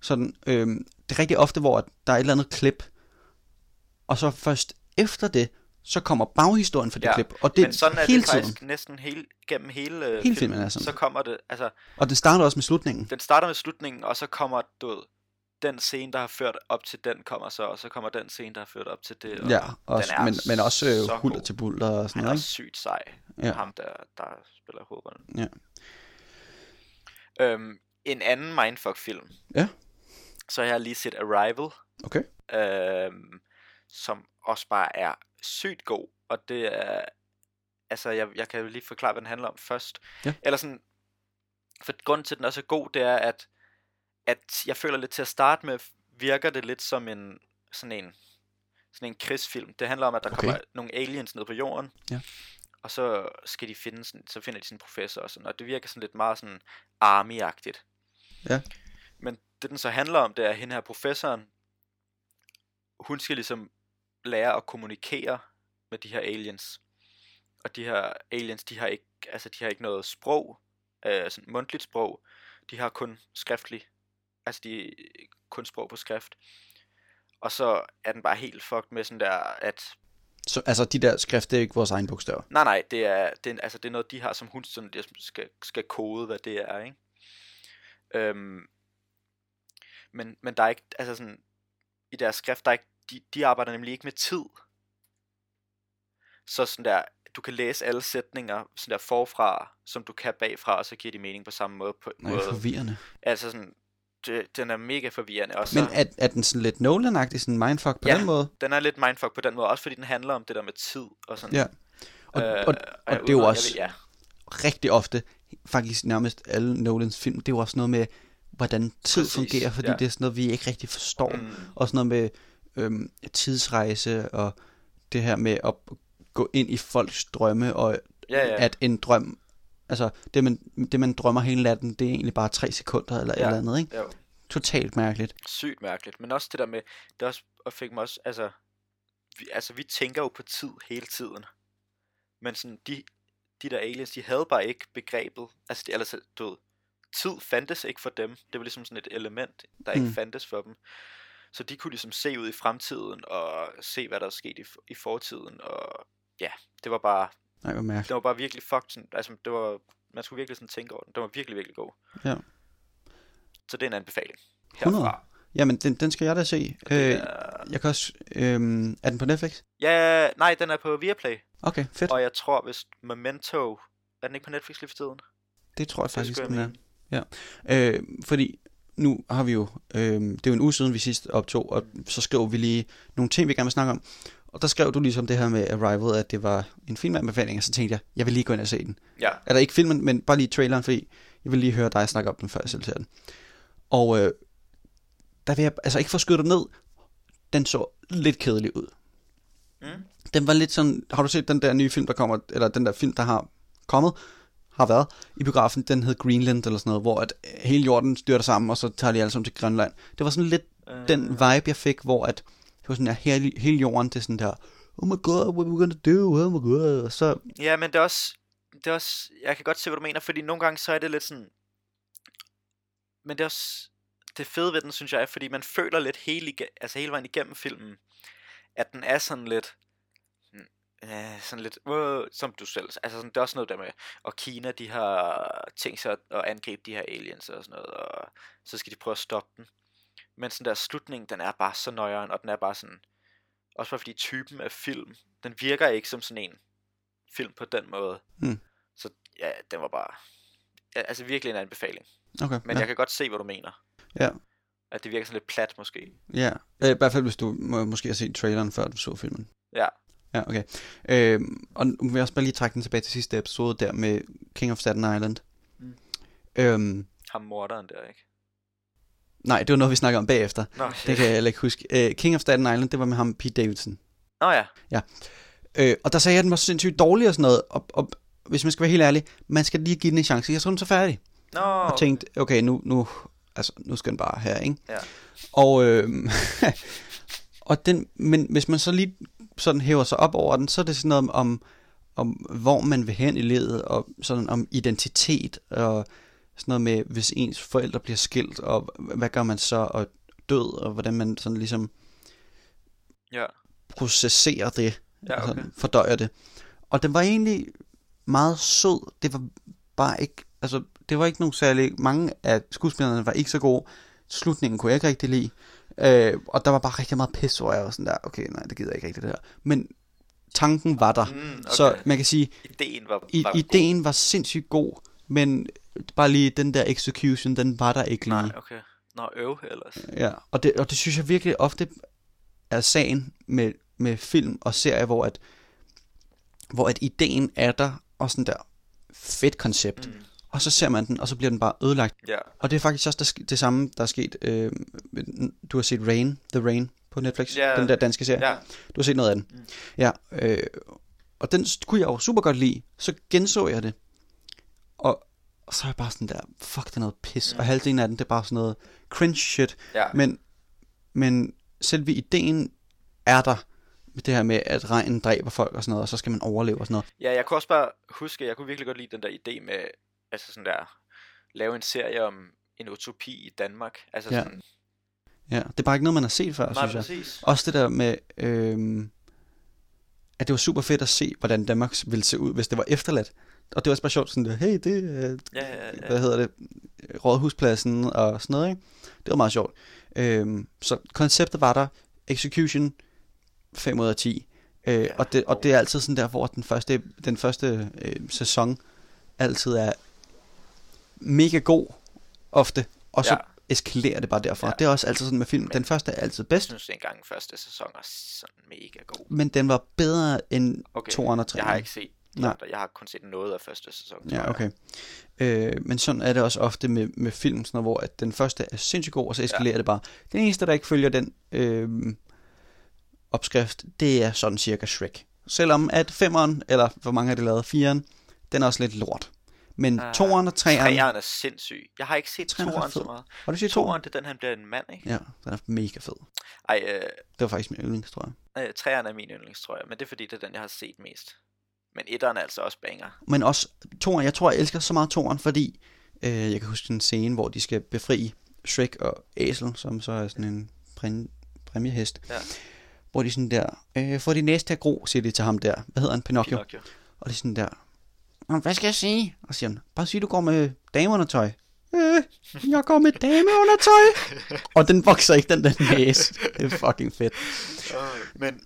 B: sådan, øhm, det er rigtig ofte, hvor der er et eller andet klip, og så først efter det, så kommer baghistorien for det
A: ja.
B: klip, og det
A: Men sådan er
B: hele
A: det
B: tiden.
A: faktisk næsten hele, gennem hele, øh,
B: Hele filmen er sådan.
A: Så kommer det, altså,
B: Og den starter også med slutningen.
A: den starter med slutningen, og så kommer du ved, den scene, der har ført op til den, kommer så, og så kommer den scene, der har ført op til det. Og
B: Ja, også,
A: den er
B: men, men også
A: så
B: øh, hulter
A: god.
B: til bulter og
A: Han
B: sådan
A: er
B: noget.
A: også
B: Ikke?
A: sygt sej,
B: Ja.
A: ja. ham der, der spiller hovedrollen.
B: Ja.
A: Øhm, en anden Mindfuck-film.
B: Ja.
A: Så har jeg lige set Arrival,
B: Okay.
A: øhm, som også bare er sygt god, og det er, altså jeg, jeg kan jo lige forklare, hvad den handler om først.
B: Ja.
A: Eller sådan, for grunden til, at den er så god, det er, at, at jeg føler lidt til at starte med, virker det lidt som en, sådan en, sådan en krigsfilm. Det handler om, at der
B: Okay.
A: okay. kommer nogle aliens ned på jorden,
B: Ja.
A: og så skal de finde sådan, så finder de sin professor og sådan, og det virker sådan lidt meget sådan army-agtigt.
B: Ja.
A: Men det den så handler om, det er at hende her professoren, hun skal ligesom lære at kommunikere med de her aliens. Og de her aliens, de har ikke, altså de har ikke noget sprog, øh, sådan mundtligt sprog. De har kun skriftlig, altså de kun sprog på skrift. Og så er den bare helt fucked med sådan der, at
B: Så, altså, de der skrift, det er ikke vores egen bogstaver.
A: Nej, nej, det er, det er, altså, det er noget, de har, som hun sådan, det skal, skal kode, hvad det er, ikke? Øhm, men, men der er ikke, altså sådan, i deres skrift, der er ikke, de, de arbejder nemlig ikke med tid. Så sådan der, du kan læse alle sætninger sådan der forfra, som du kan bagfra, og så giver de mening på samme måde. På,
B: Nej,
A: måde.
B: forvirrende.
A: Altså sådan, det, den er mega forvirrende. Og så,
B: Men er, er den sådan lidt Nolan-agtig, sådan mindfuck på
A: Ja.
B: den måde?
A: den er lidt mindfuck på den måde, også fordi den handler om det der med tid og sådan.
B: Ja. Og, øh, og, og
A: jeg-
B: det er jo
A: jeg
B: også
A: ved- ja.
B: rigtig ofte, faktisk nærmest alle Nolans film, det er jo også noget med, hvordan tid
A: Præcis,
B: Præcis, fungerer, fordi
A: ja.
B: ja. det er sådan noget, vi ikke rigtig forstår.
A: Mm.
B: Mm. Og sådan noget med øhm, tidsrejse, og det her med at gå ind i folks drømme, og
A: Ja, ja.
B: at en drøm, altså det man, det man drømmer hele natten, det er egentlig bare tre sekunder eller ja.
A: Ja.
B: et eller andet, ikke?
A: Jo.
B: Totalt mærkeligt.
A: sygt mærkeligt. Men også det der med, det også, og fik mig også, altså vi, altså, vi tænker jo på tid hele tiden. Men sådan, de, de der aliens, de havde bare ikke begrebet, altså, de, altså du ved, tid fandtes ikke for dem. Det var ligesom sådan et element, der ikke
B: Mm.
A: fandtes for dem. Så de kunne ligesom se ud i fremtiden, og se, hvad der er sket i, f- i fortiden, og ja, det var bare,
B: Nej, hvor mærkeligt.
A: det var bare virkelig fucked, sådan, altså, det var, man skulle virkelig sådan tænke over den. Den var virkelig, virkelig god.
B: Ja.
A: Så det er en anbefaling.
B: 100.
A: Herfra.
B: Jamen, den, den skal jeg da se. Øh,
A: er-
B: jeg kan også... Øh, er den på Netflix?
A: Ja, nej, den er på Viaplay.
B: Okay, fedt.
A: Og jeg tror, hvis Memento... Er den ikke på Netflix lige for tiden?
B: Det tror jeg faktisk,
A: skulle
B: den
A: jeg
B: er. Ja. Øh, fordi nu har vi jo, øh, det er jo en uge siden, vi sidst optog, og så skrev vi lige nogle ting, vi gerne vil snakke om. Og der skrev du ligesom det her med Arrival, at det var en filmanbefaling, og så tænkte jeg, jeg vil lige gå ind og se den.
A: Ja.
B: Eller ikke filmen, men bare lige traileren, fordi jeg vil lige høre dig snakke om den, før jeg selv ser den. Og øh, der vil jeg, altså ikke for at skyde dig ned, den så lidt kedelig ud.
A: Mm.
B: Den var lidt sådan, har du set den der nye film, der kommer, eller den der film, der har kommet, har været i biografen, den hed Greenland eller sådan noget, hvor at øh, hele jorden styrter sammen, og så tager de alle sammen til Grønland. Det var sådan lidt
A: Øh.
B: den vibe, jeg fik, hvor at det var sådan, at hele, hele jorden, det er sådan der, oh my god, what we gonna do, oh my god, og så,
A: Ja, men det er også... Det er også jeg kan godt se, hvad du mener, fordi nogle gange så er det lidt sådan... Men det er også... Det fede ved den, synes jeg, er, fordi man føler lidt hele, iga- altså hele vejen igennem filmen, at den er sådan lidt... sådan, Ja, sådan lidt, øh, som du selv, altså sådan, det er også noget der med, og Kina, de har tænkt sig at, at angribe de her aliens og sådan noget, og så skal de prøve at stoppe dem. Men sådan der slutning, den er bare så nøjeren, og den er bare sådan, også bare fordi typen af film, den virker ikke som sådan en film på den måde.
B: Hmm.
A: Så ja, den var bare, ja, altså virkelig en anbefaling.
B: okay,
A: Men ja.
B: ja,
A: jeg kan godt se, hvad du mener.
B: ja,
A: At det virker sådan lidt plat måske.
B: ja. Øh, i hvert fald, hvis du må, måske har set traileren, før du så filmen.
A: Ja,
B: Ja, okay. Øh, og nu vil jeg også bare lige trække den tilbage til sidste episode der med King of Staten Island.
A: Mm.
B: Øhm,
A: ham morderen der, ikke?
B: nej, det var noget, vi snakker om bagefter.
A: Nå,
B: Det kan jeg heller ikke huske. Øh, King of Staten Island, det var med ham, Pete Davidson.
A: Nå ja,
B: Øh, og der sagde jeg, at den var sindssygt dårlig og sådan noget. Og, og hvis man skal være helt ærlig, man skal lige give den en chance. Jeg så den så færdig.
A: nå,
B: Og tænkte, okay, nu, nu, altså, nu skal den bare her, ikke?
A: Ja.
B: Og, øh, og den, men hvis man så lige sådan hæver sig op over den, så er det sådan noget om, om hvor man vil hen i livet, og sådan om identitet, og sådan noget med, hvis ens forældre bliver skilt, og h- hvad gør man så, og død, og hvordan man sådan ligesom
A: ja,
B: processerer det,
A: ja,
B: ja, okay.
A: okay.
B: altså, fordøjer det. Og den var egentlig meget sød. Det var bare ikke, altså, det var ikke nogen særlig, mange af skuespillerne var ikke så gode. Slutningen kunne jeg ikke rigtig lide. Øh, og der var bare rigtig meget pis, hvor jeg var sådan der, okay, nej, det gider jeg ikke rigtig det her. Men tanken var der.
A: Mm, okay.
B: Så man kan sige,
A: Ideen var,
B: i,
A: var god.
B: ideen var sindssygt god, men bare lige den der execution, den var der ikke lige.
A: Nej, okay. Nå, øv ellers.
B: Ja, og det, og det synes jeg virkelig ofte er sagen med, med film og serier, hvor at, hvor at ideen er der, og sådan der fedt koncept, mm. og så ser man den, og så bliver den bare ødelagt.
A: Ja,
B: Og det er faktisk også der, sk- det samme, der er sket, øh, med- du har set Rain, The Rain på Netflix,
A: Ja.
B: den der danske serie.
A: ja,
B: Du har set noget af den. Mm. Ja, øh, og den s- kunne jeg jo super godt lide. Så genså jeg det. Og, Og så er jeg bare sådan der, fuck, det er noget pis. Og halvdelen af den, det er bare sådan noget cringe shit.
A: Ja.
B: Men, men selve ideen er der. Med det her med, at regnen dræber folk og sådan noget, og så skal man overleve og sådan noget.
A: Ja, jeg kunne også bare huske, at jeg kunne virkelig godt lide den der idé med, altså sådan der, lave en serie om en utopi i Danmark. Altså
B: Ja,
A: sådan,
B: Ja, det er bare ikke noget, man har set før,
A: nej,
B: synes jeg.
A: præcis.
B: Også det der med, øhm, at det var super fedt at se, hvordan Danmark ville se ud, hvis det var efterladt. Og det var også bare sjovt, sådan, hey, det, øh,
A: Ja, ja, ja.
B: hvad hedder det, Rådhuspladsen og sådan noget, ikke? Det var meget sjovt. Øhm, så konceptet var der, execution 5 ud af 10. Øh, ja, og, det, og det er altid sådan der, hvor den første, den første øh, sæson altid er mega god, ofte, og så
A: Ja.
B: ja. eskalerer det bare derfra.
A: Ja.
B: Ja. Det er også altid sådan med film. Den første er altid bedst,
A: Jeg synes engang den første sæson er sådan mega god.
B: men den var bedre end okay. 2'eren og 3'eren.
A: Jeg har ikke set de
B: Nej.
A: andre. Jeg har kun set noget af første sæson. tror
B: Ja,
A: jeg.
B: okay. Øh, men sådan er det også ofte med, med film, sådan noget, hvor at den første er sindssygt god, og så eskalerer ja. det bare. Den eneste, der ikke følger den øh, opskrift, det er sådan cirka Shrek. Selvom at femeren, eller hvor mange har det lavet, firen, den er også lidt lort. Men
A: Ah,
B: toeren og treeren,
A: Træerne er sindssyg. Jeg har ikke set
B: Træerne er ret
A: toeren så
B: fed.
A: meget.
B: har du set toeren?
A: Toeren, det er den, han bliver en mand, ikke?
B: Ja, den er mega fed.
A: Ej, øh,
B: Det var faktisk min yndlings, tror jeg.
A: øh, træerne er min yndlings, tror jeg. Men det er fordi, det er den, jeg har set mest. Men etteren er altså også banger.
B: Men også toeren, jeg tror, jeg elsker så meget toeren, fordi øh, jeg kan huske en scene, hvor de skal befri Shrek og Æsel, som så er sådan en præm- præmiehest.
A: Ja.
B: Hvor de sådan der, øh, får de næste til at gro, siger de til ham der. Hvad hedder han? Pinocchio. Pinocchio.
A: Pinocchio.
B: Og det er sådan der, "Nå, hvad skal jeg sige? Og så siger han, bare sig, du går med dameundertøj. Øh, jeg går med dameundertøj. og den vokser ikke, den der næse. Det er fucking fedt.
A: Men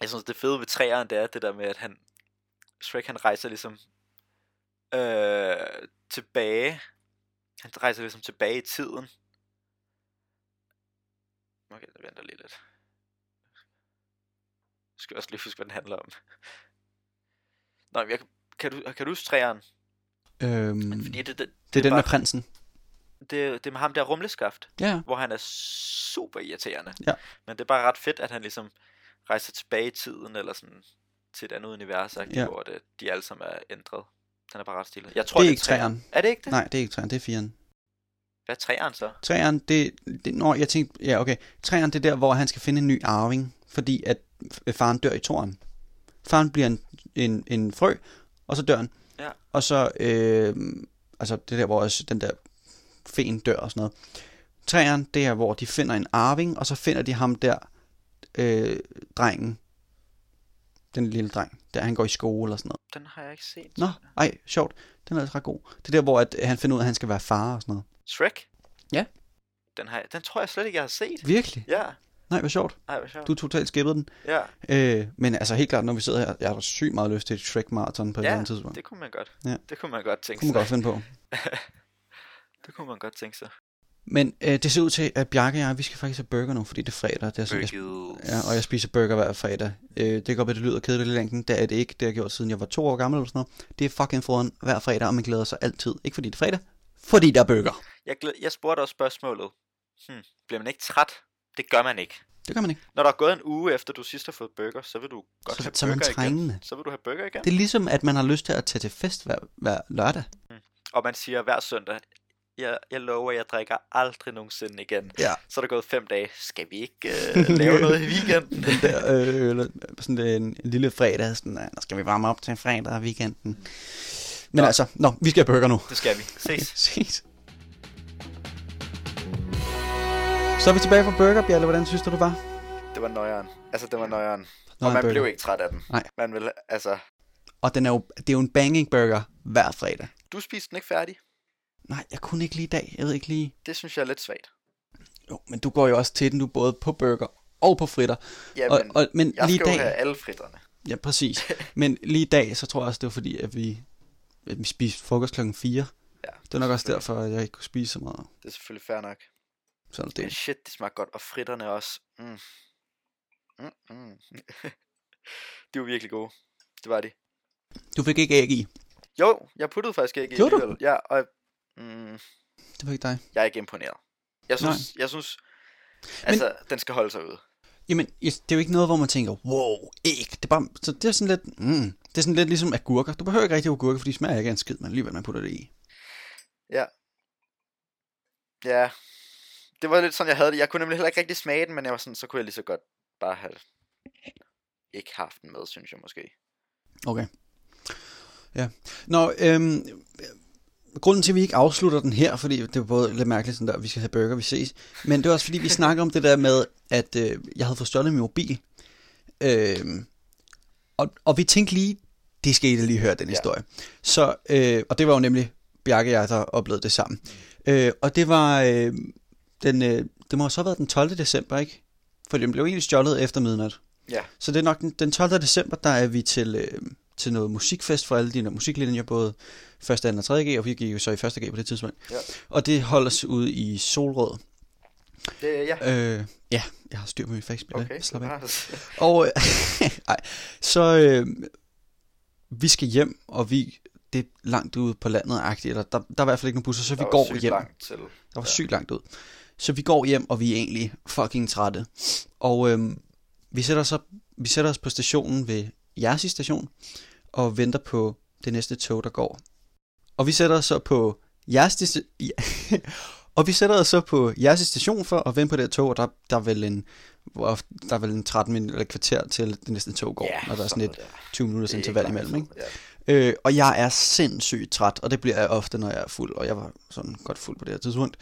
A: jeg synes, det fede ved træeren, det er det der med, at han, Shrek han rejser ligesom øh, tilbage. Han rejser ligesom tilbage i tiden. Okay, der venter lige lidt. Jeg skal også lige huske, hvad den handler om. Nå, men jeg, kan, du, kan du huske træeren?
B: Øhm,
A: Mm.
B: det,
A: Fordi det, det, det,
B: er den
A: bare,
B: med prinsen.
A: det, det er med ham der rumleskaft
B: Ja,
A: hvor han er super irriterende.
B: Ja.
A: Men det er bare ret fedt, at han ligesom rejser tilbage i tiden, eller sådan til et andet univers, ja.
B: Ja.
A: hvor det, de alle sammen er ændret. Den er bare ret stille. Jeg tror,
B: Det
A: det
B: er
A: er
B: ikke træeren.
A: Er det ikke det?
B: nej, det er ikke træeren, det er firen.
A: Hvad er træeren så?
B: Træeren, det, det... Nå, jeg tænkte... Ja, okay. Træeren, det er der, hvor han skal finde en ny arving, fordi at f- faren dør i toren. Faren bliver en, en, en frø, og så dør han.
A: Ja.
B: Og så... Øh, altså, det er der, hvor også den der fen dør og sådan noget. Træeren, det er, hvor de finder en arving, og så finder de ham der, øh, drengen. Den lille dreng, der han går i skole og sådan noget.
A: Den har jeg ikke set.
B: Nå, ej, sjovt. Den er altså ret god. Det er der, hvor at han finder ud af, at han skal være far og sådan noget.
A: Shrek?
B: Ja.
A: Den, har jeg, den tror jeg slet ikke, jeg har set.
B: Virkelig?
A: Ja.
B: Nej, hvor sjovt.
A: Ej, hvor sjovt.
B: Du totalt skippede den.
A: Ja,
B: Øh, men altså helt klart, når vi sidder her, jeg har da sygt meget lyst til et Shrek-marathon på et eller
A: ja
B: andet tidspunkt.
A: det
B: Det
A: kunne man godt.
B: Ja.
A: Det kunne man godt tænke
B: kunne man
A: sig.
B: godt finde på.
A: Det kunne man godt tænke sig.
B: Men øh, det ser ud til, at Bjarke og jeg, vi skal faktisk have burger nu, fordi det er fredag. Det er sådan, jeg,
A: Burgers.
B: ja, og jeg spiser burger hver fredag. Øh, det kan godt være, det lyder kedeligt i længden. Det er det ikke. Det har jeg gjort, siden jeg var to år gammel eller sådan noget. Det er fucking foran hver fredag, og man glæder sig altid. Ikke fordi det er fredag, fordi der er burger.
A: Jeg, glæd, jeg spurgte også spørgsmålet. Hmm, bliver man ikke træt? Det gør man ikke.
B: Det gør man ikke.
A: Når der er gået en uge efter, du sidst har fået burger, så vil du godt
B: Så-
A: have
B: så er man
A: burger igen.
B: trængende.
A: Så vil du have burger igen.
B: Det er ligesom, at man har lyst til at tage til fest hver, hver lørdag.
A: Og man siger hver søndag, jeg, jeg lover, jeg drikker aldrig nogensinde igen.
B: Ja.
A: Så er der gået fem dage. Skal vi ikke øh, lave noget i weekenden?
B: den der, øh, eller sådan en, en lille fredag, sådan, "Ah, nu skal vi varme op til fredag og weekenden. Men
A: Nå.
B: nå. altså, nå, vi skal have burger nu.
A: Det skal vi. Ses.
B: Ses. Så er vi tilbage fra Burger, Bjarle. Hvordan synes du, det var?
A: Det var nøjeren. Altså, det var nøjeren.
B: Nå,
A: Og man
B: burger.
A: blev ikke træt af den.
B: Nej.
A: Man vil, altså...
B: Og den er jo, det er jo en banging burger hver fredag.
A: Du spiste den ikke færdig.
B: Nej, jeg kunne ikke lige i dag. Jeg ved ikke lige...
A: Det synes jeg er lidt svagt.
B: Jo, men du går jo også til den. Du er både på burger og på fritter.
A: Jamen,
B: og, og, men
A: Jeg
B: lige i
A: skal
B: dag...
A: jo have alle fritterne.
B: Ja, præcis. Men lige i dag, så tror jeg også, det var fordi, at vi, at vi spiste frokost klokken 4.
A: Ja,
B: Det var nok også derfor, at jeg ikke kunne spise så meget.
A: Det er selvfølgelig fair nok.
B: Sådan er
A: Men
B: det.
A: shit, det smager godt. Og fritterne også. Mm. Mm, mm. de var virkelig gode. Det var de.
B: Du fik ikke æg i.
A: Jo, jeg puttede faktisk ikke i
B: Gjorde du?
A: alligevel. Ja, og mm,
B: Det var ikke dig.
A: jeg er ikke imponeret. Jeg synes, jeg synes altså, Men... den skal holde sig ude.
B: Jamen, yes, det er jo ikke noget, hvor man tænker, wow, æg. Det er, bare, så det er sådan lidt, mm, det er sådan lidt ligesom agurker. Du behøver ikke rigtig agurker, for de smager ikke af en skid, men alligevel man putter det i.
A: Ja, det var lidt sådan, jeg havde det. Jeg kunne nemlig heller ikke rigtig smage den, men jeg var sådan, så kunne jeg lige så godt bare have ikke haft den med, synes jeg måske.
B: Okay. Ja. Nå, øhm, grunden til, at vi ikke afslutter den her, fordi det var både lidt mærkeligt sådan der, vi skal have burger, vi ses. Men det var også fordi, vi snakker om det der med, at øh, jeg havde fået stjålet min mobil. Øhm, og, og vi tænkte lige, det skal I da lige høre, den ja. historie. Så, øh, og det var jo nemlig Bjarke og jeg, der oplevede det sammen. Øh, og det var, øh, den, øh, det må have så have været den 12. december, ikke? For den blev egentlig stjålet efter midnat.
A: Ja.
B: Så det er nok den, den 12. december, der er vi til, øh, til noget musikfest for alle de der musiklinjer, både 1., 2. og 3. G, og vi gik jo så i 1. G på det tidspunkt.
A: Ja.
B: Og det holdes ude i Solrød.
A: Det, ja.
B: Øh, ja, jeg har styr på min faxbill.
A: Okay.
B: Øh, Slap af.
A: nice.
B: Og øh, ej, så øh, vi skal hjem, og vi det er langt ude på landet, eller der, der er i hvert fald ikke nogen busser, så vi
A: Der var
B: går
A: sygt
B: hjem.
A: langt til.
B: Der var sygt langt ud. Så vi går hjem, og vi er egentlig fucking trætte. Og øhm, vi, sætter os op, vi sætter os på stationen ved jeres station, og venter på det næste tog, der går. Og vi sætter os så på jeres sti- ja. og vi sætter os så på jeres station for at vente på det her tog, og der, der er vel en hvor- der er vel en 13 minutter eller et kvarter til det næste tog går, når der er sådan et 20 minutters
A: Det er
B: interval
A: ikke lang
B: imellem.
A: tid,
B: Ikke? Øh, og jeg er sindssygt træt, og det bliver jeg ofte, når jeg er fuld, og jeg var sådan godt fuld på det her tidspunkt.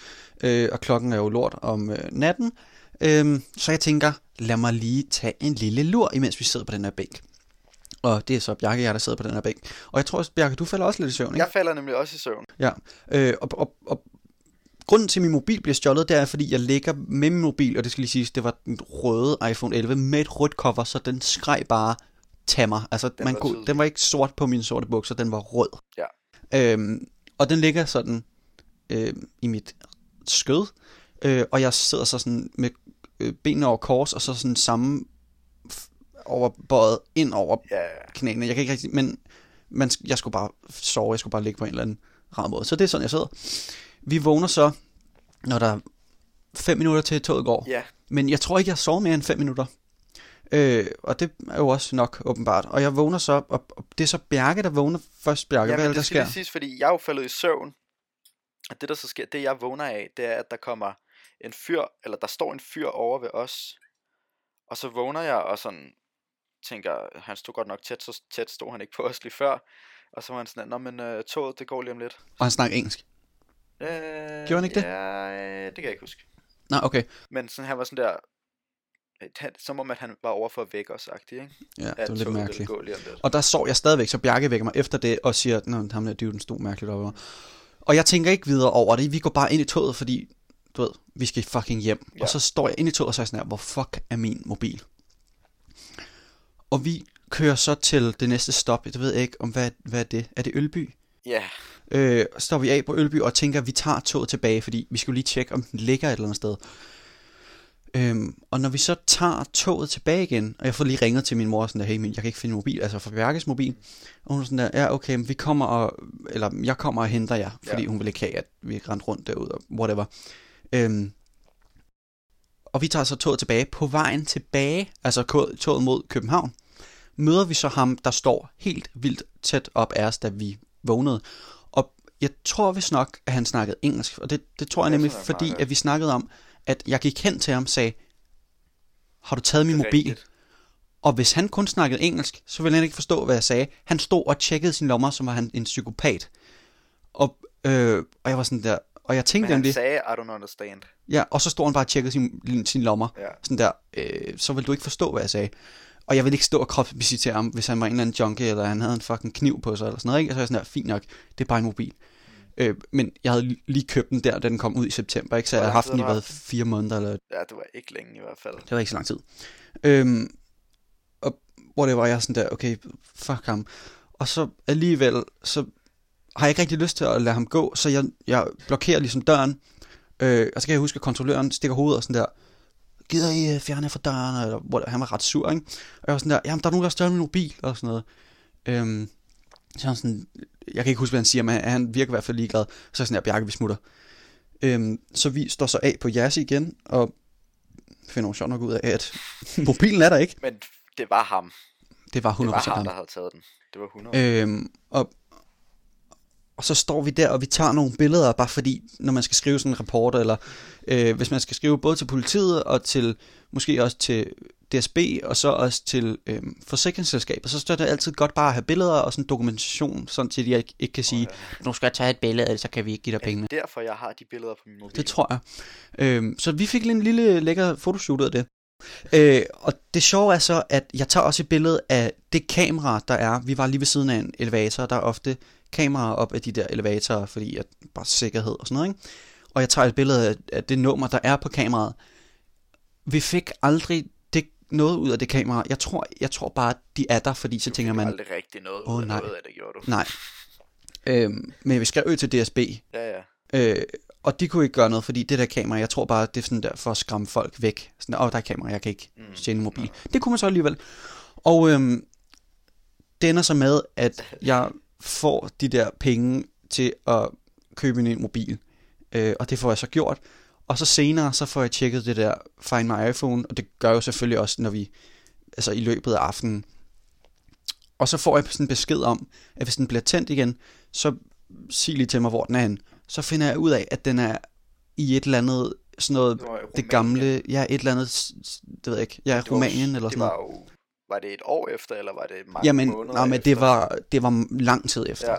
B: Øh, og klokken er jo lort om øh, natten, øh, så jeg tænker, lad mig lige tage en lille lur, imens vi sidder på den her bænk. Og det er så Bjarke og jeg, der sidder på den her bænk. Og jeg tror også, Bjarke, du falder også lidt i søvn, ikke?
A: Jeg falder nemlig også i søvn.
B: Ja. Øh, og, og, og grunden til, at min mobil bliver stjålet, det er, fordi jeg ligger med min mobil, og det skal lige siges, det var den røde iPhone 11 med et rødt cover, så den skreg bare, tag mig. Altså, den, man
A: var
B: var kunne,
A: tydelig.
B: den var ikke sort på mine sorte bukser, den var rød.
A: Ja.
B: Øhm, og den ligger sådan øh, i mit skød, øh, og jeg sidder så sådan med øh, benene over kors, og så sådan samme f- overbøjet ind over
A: Ja,
B: knæene. Jeg kan ikke rigtig, men man, sk- jeg skulle bare sove, jeg skulle bare ligge på en eller anden rar måde. Så det er sådan, jeg sidder. Vi vågner så, når der er fem minutter til toget går.
A: ja.
B: Men jeg tror ikke, jeg sov mere end 5 minutter. Øh, og det er jo også nok åbenbart. Og jeg vågner så, og, og det er så Bjarke, der vågner først. Bjarke,
A: Ja,
B: hvad
A: men
B: er det, der
A: det skal
B: sker?
A: lige siges, fordi jeg er jo faldet i søvn. Og det, der så sker, det jeg vågner af, det er, at der kommer en fyr, eller der står en fyr over ved os. Og så vågner jeg og sådan tænker, han stod godt nok tæt, så tæt stod han ikke på os lige før. Og så var han sådan, nå men øh, toget, det går lige om lidt.
B: Og han snakker engelsk.
A: Øh,
B: Gjorde han ikke det?
A: Ja, øh, det kan jeg ikke huske.
B: Nej, okay.
A: Men sådan, han var sådan der, øh, han, som om at han var over for at vække os, agtig, ikke?
B: Ja, det
A: At
B: var lidt
A: toget ville
B: mærkeligt.
A: Gå lige om lidt.
B: Og der sov jeg stadigvæk, så Bjarke vækker mig efter det og siger, at ham der dyven stod mærkeligt oppe. Og jeg tænker ikke videre over det. Vi går bare ind i toget, fordi du ved, vi skal fucking hjem. Ja.
A: Ja.
B: Og så står jeg ind i toget og så er jeg sådan her, hvor fuck er min mobil? Og vi kører så til det næste stop. Jeg ved ikke, om hvad, hvad er det? Er det Ølby?
A: Ja,
B: øh, så står vi af på Ølby og tænker, at vi tager toget tilbage, fordi vi skal jo lige tjekke, om den ligger et eller andet sted. Øhm, og når vi så tager toget tilbage igen, og jeg får lige ringet til min mor, sådan der, hey, men jeg kan ikke finde min mobil, altså fra Bjarkes mobil, og hun er sådan der, ja, okay, men vi kommer og, eller jeg kommer og henter jer, fordi
A: Ja.
B: ja. hun vil ikke have, at vi rendte rundt derude, og whatever. Øhm, og vi tager så toget tilbage. På vejen tilbage, altså ko- toget mod København, møder vi så ham, der står helt vildt tæt op af os, da vi vågnede. Og jeg tror vist nok, at han snakkede engelsk. Og det, det tror jeg
A: Ja,
B: nemlig,
A: sådan er det
B: fordi
A: meget, ja.
B: at vi snakkede om, at jeg gik hen til ham og sagde, har du taget min
A: Det er
B: mobil?
A: rigtigt.
B: Og hvis han kun snakkede engelsk, så ville han ikke forstå, hvad jeg sagde. Han stod og tjekkede sine lommer, som var han en psykopat. Og, øh, og jeg var sådan der, og jeg
A: men
B: tænkte
A: han
B: nemlig...
A: sagde, I don't understand.
B: Ja, og så stod han bare og tjekkede sin, sin lommer.
A: Ja.
B: Sådan der, øh, så vil du ikke forstå, hvad jeg sagde. Og jeg vil ikke stå og kropsvisitere ham, hvis han var en eller anden junkie, eller han havde en fucking kniv på sig, eller sådan noget. Ikke? Og så er jeg sådan der, fint nok, det er bare en mobil. Øh, men jeg havde li- lige købt den der, da den kom ud i september, ikke? så
A: Hvor
B: jeg havde
A: lang
B: haft
A: tid
B: den i
A: har du
B: hvad,
A: haft
B: fire måneder, eller
A: Ja, det var ikke længe i hvert fald.
B: det var ikke så lang tid. Øhm, og hvor det var, jeg er sådan der, okay, fuck ham. Og så alligevel, så har jeg ikke rigtig lyst til at lade ham gå, så jeg, jeg blokerer ligesom døren. Øh, og så kan jeg huske, at kontrolløren stikker hovedet og sådan der, gider I øh, fjerne jer fra døren? Eller, hvor han var ret sur, ikke? Og jeg var sådan der, jamen der er nogen, der har stjålet min mobil, og sådan noget. Øhm, så han sådan, jeg kan ikke huske, hvad han siger, men han virker i hvert fald ligeglad. Så er jeg sådan der, Bjarke, vi smutter. Øhm, så vi står så af på Jasse igen, og finder hun sjovt nok ud af, at mobilen er der ikke.
A: Men det var ham.
B: Det var 100%
A: Det var ham,
B: ham.
A: der havde taget den. Det var 100.
B: Øhm, og, Og så står vi der, og vi tager nogle billeder, bare fordi, når man skal skrive sådan en rapport, eller øh, hvis man skal skrive både til politiet og til, måske også til DSB, og så også til øh, forsikringsselskabet, så står det altid godt bare at have billeder og sådan dokumentation, sådan til de ikke, ikke kan sige, nu skal jeg tage et billede, ellers så kan vi ikke give dig pengene.
A: Er det Altså, derfor, jeg har de billeder på min mobil?
B: Øh, Det tror jeg. Øhm, så vi fik en lille lækker fotoshoot ud af det. Øh, og det sjove er så, at jeg tager også et billede af det kamera, der er. Vi var lige ved siden af en elevator, der er ofte kameraer op af de der elevatorer, fordi at bare sikkerhed og sådan noget. Ikke? Og jeg tager et billede af, af det nummer, der er på kameraet. Vi fik aldrig det, noget ud af det kamera. Jeg tror, jeg tror bare, de er der, fordi så
A: Du
B: tænker
A: fik
B: man,
A: aldrig rigtig noget
B: Åh,
A: ud af
B: nej.
A: noget af det, gjorde du.
B: nej. Øhm, men vi skrev jo til DSB,
A: Ja, ja.
B: Øh, og de kunne ikke gøre noget, fordi det der kamera, jeg tror bare, det er sådan der for at skræmme folk væk. Sådan, åh, oh, der er et kamera, jeg kan ikke stjæle en mobil. Det kunne man så alligevel. Og øhm, det ender så med, at jeg får de der penge til at købe en ny mobil. Øh, og det får jeg så gjort. Og så senere, så får jeg tjekket det der Find My iPhone, og det gør jeg jo selvfølgelig også, når vi, altså i løbet af aftenen. Og så får jeg sådan en besked om, at hvis den bliver tændt igen, så sig lige til mig, hvor den er henne. Så finder jeg ud af, at den er i et eller andet, sådan noget,
A: Det var i Rumænien.
B: det gamle, ja, et eller andet, s- s- det ved jeg ikke,
A: Det
B: ja,
A: var jo-
B: Rumænien eller sådan
A: det
B: noget.
A: var jo, var det et år efter, eller var det mange
B: Jamen,
A: måneder
B: nej, men
A: efter?
B: det var, det var lang tid efter.
A: Ja,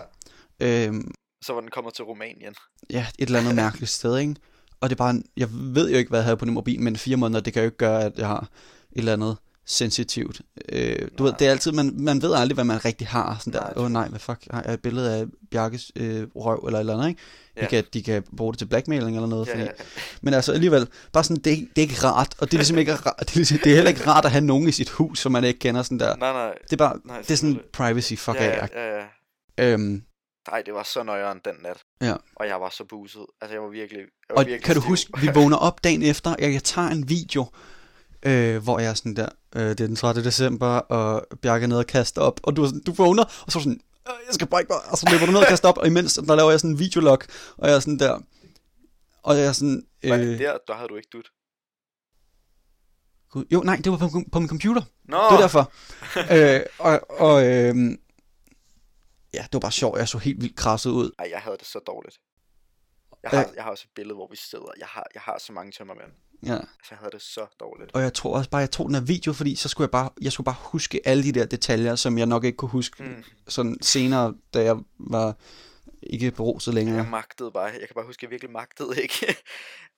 B: Ja. Øhm,
A: så var den kommet til Rumænien.
B: ja, et eller andet mærkeligt sted, ikke? Og det er bare, jeg ved jo ikke, hvad jeg havde på min mobil, men fire måneder, det kan jo ikke gøre, at jeg har et eller andet sensitivt. Øh, du ved, det er altid, man, man ved aldrig, hvad man rigtig har. Sådan der, åh oh, nej, hvad fuck, har jeg et billede af Bjarkes øh, røv, eller et eller andet, ikke?
A: Ja.
B: Ja. Ikke at de kan bruge det til blackmailing eller noget.
A: Ja,
B: fordi,
A: ja.
B: Men altså alligevel, bare sådan, det, er ikke- det er ikke rart, og det er ligesom ikke rart, det er, ligesom, det er heller ikke rart at have nogen i sit hus, som man ikke kender sådan der.
A: Nej, nej.
B: Det er bare,
A: Nej,
B: det er sådan
A: selvfølgelig.
B: privacy, fuck
A: ja,
B: af.
A: ja, ja, ja.
B: Øhm,
A: Nej, det var så nøjeren den nat.
B: Ja.
A: Og jeg var så buset. Altså, jeg var virkelig... Jeg var
B: Og
A: virkelig
B: kan du
A: stiv.
B: huske, vi vågner op dagen efter, jeg, jeg tager en video, øh, hvor jeg er sådan der, øh, det er den 13. december, og Bjarke er nede og kaster op, og du, er sådan, du vågner, og så er du sådan, "Øh, jeg skal bare ikke bare, og så løber du ned og kaster op, og imens, der laver jeg sådan en videolog, og jeg er sådan der, og jeg er sådan,
A: Var det
B: øh,
A: der, der havde du ikke dut?
B: gud, jo nej, det var på, på min computer,
A: Nå!
B: det er derfor, øh, og, og øh, ja, det var bare sjovt, jeg så helt vildt krasset ud,
A: Ej, jeg havde det så dårligt. Jeg
B: Ja.
A: har, jeg har også et billede, hvor vi sidder. Jeg har, jeg har så mange tømmermænd.
B: ja.
A: Altså, jeg havde det så dårligt.
B: Og jeg tror også bare, jeg tog den her video, fordi så skulle jeg bare, jeg skulle bare huske alle de der detaljer, som jeg nok ikke kunne huske
A: Mm.
B: mm. sådan senere, da jeg var ikke beruset længere.
A: Jeg magtede bare. Jeg kan bare huske, at jeg virkelig magtede ikke,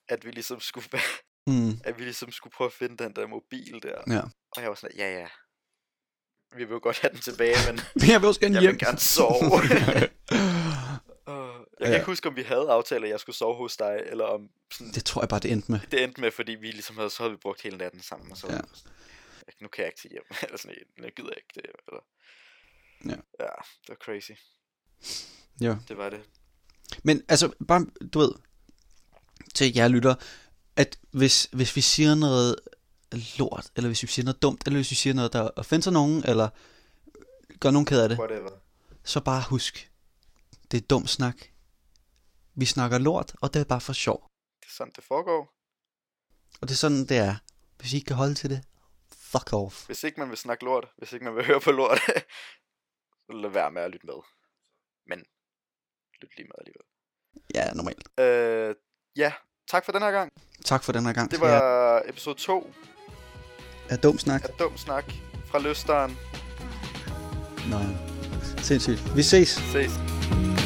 A: at vi ligesom skulle, være-
B: Mm.
A: at vi ligesom skulle prøve at finde den der mobil der.
B: Ja.
A: Og jeg var sådan, ja ja. Vi vil jo godt have den tilbage, men
B: Men jeg vil også gerne
A: jeg
B: hjem.
A: vil gerne sove. Åh, jeg kan ja.
B: Ja.
A: ikke huske, om vi havde aftalt, at jeg skulle sove hos dig, eller om sådan,
B: det tror jeg bare, det endte med.
A: det endte med, fordi vi ligesom havde, så havde vi brugt hele natten sammen, og så ja.
B: Ja.
A: nu kan jeg ikke til hjem, eller sådan, "Nej, jeg gider ikke det, eller...
B: Ja.
A: ja, det var crazy.
B: Ja.
A: Det var det.
B: Men altså, bare, du ved, til jer lytter, at hvis, hvis vi siger noget lort, eller hvis vi siger noget dumt, eller hvis vi siger noget, der offenser nogen, eller gør nogen ked af det,
A: Whatever.
B: så bare husk, det er dum snak. Vi snakker lort, og det er bare for sjov.
A: Det er sådan, det foregår.
B: Og det er sådan, det er. Hvis I ikke kan holde til det, fuck off.
A: Hvis ikke man vil snakke lort, hvis ikke man vil høre på lort, så lad være med at lytte med. Men, lyt lige med alligevel.
B: Ja, normalt.
A: Øh, ja, tak for den her gang.
B: Tak for den her gang.
A: Det
B: til jer.
A: var episode 2
B: Ja, dum snak.
A: af Dum Snak fra Løsteren.
B: Nej. Sindssygt. Vi ses.
A: Ses.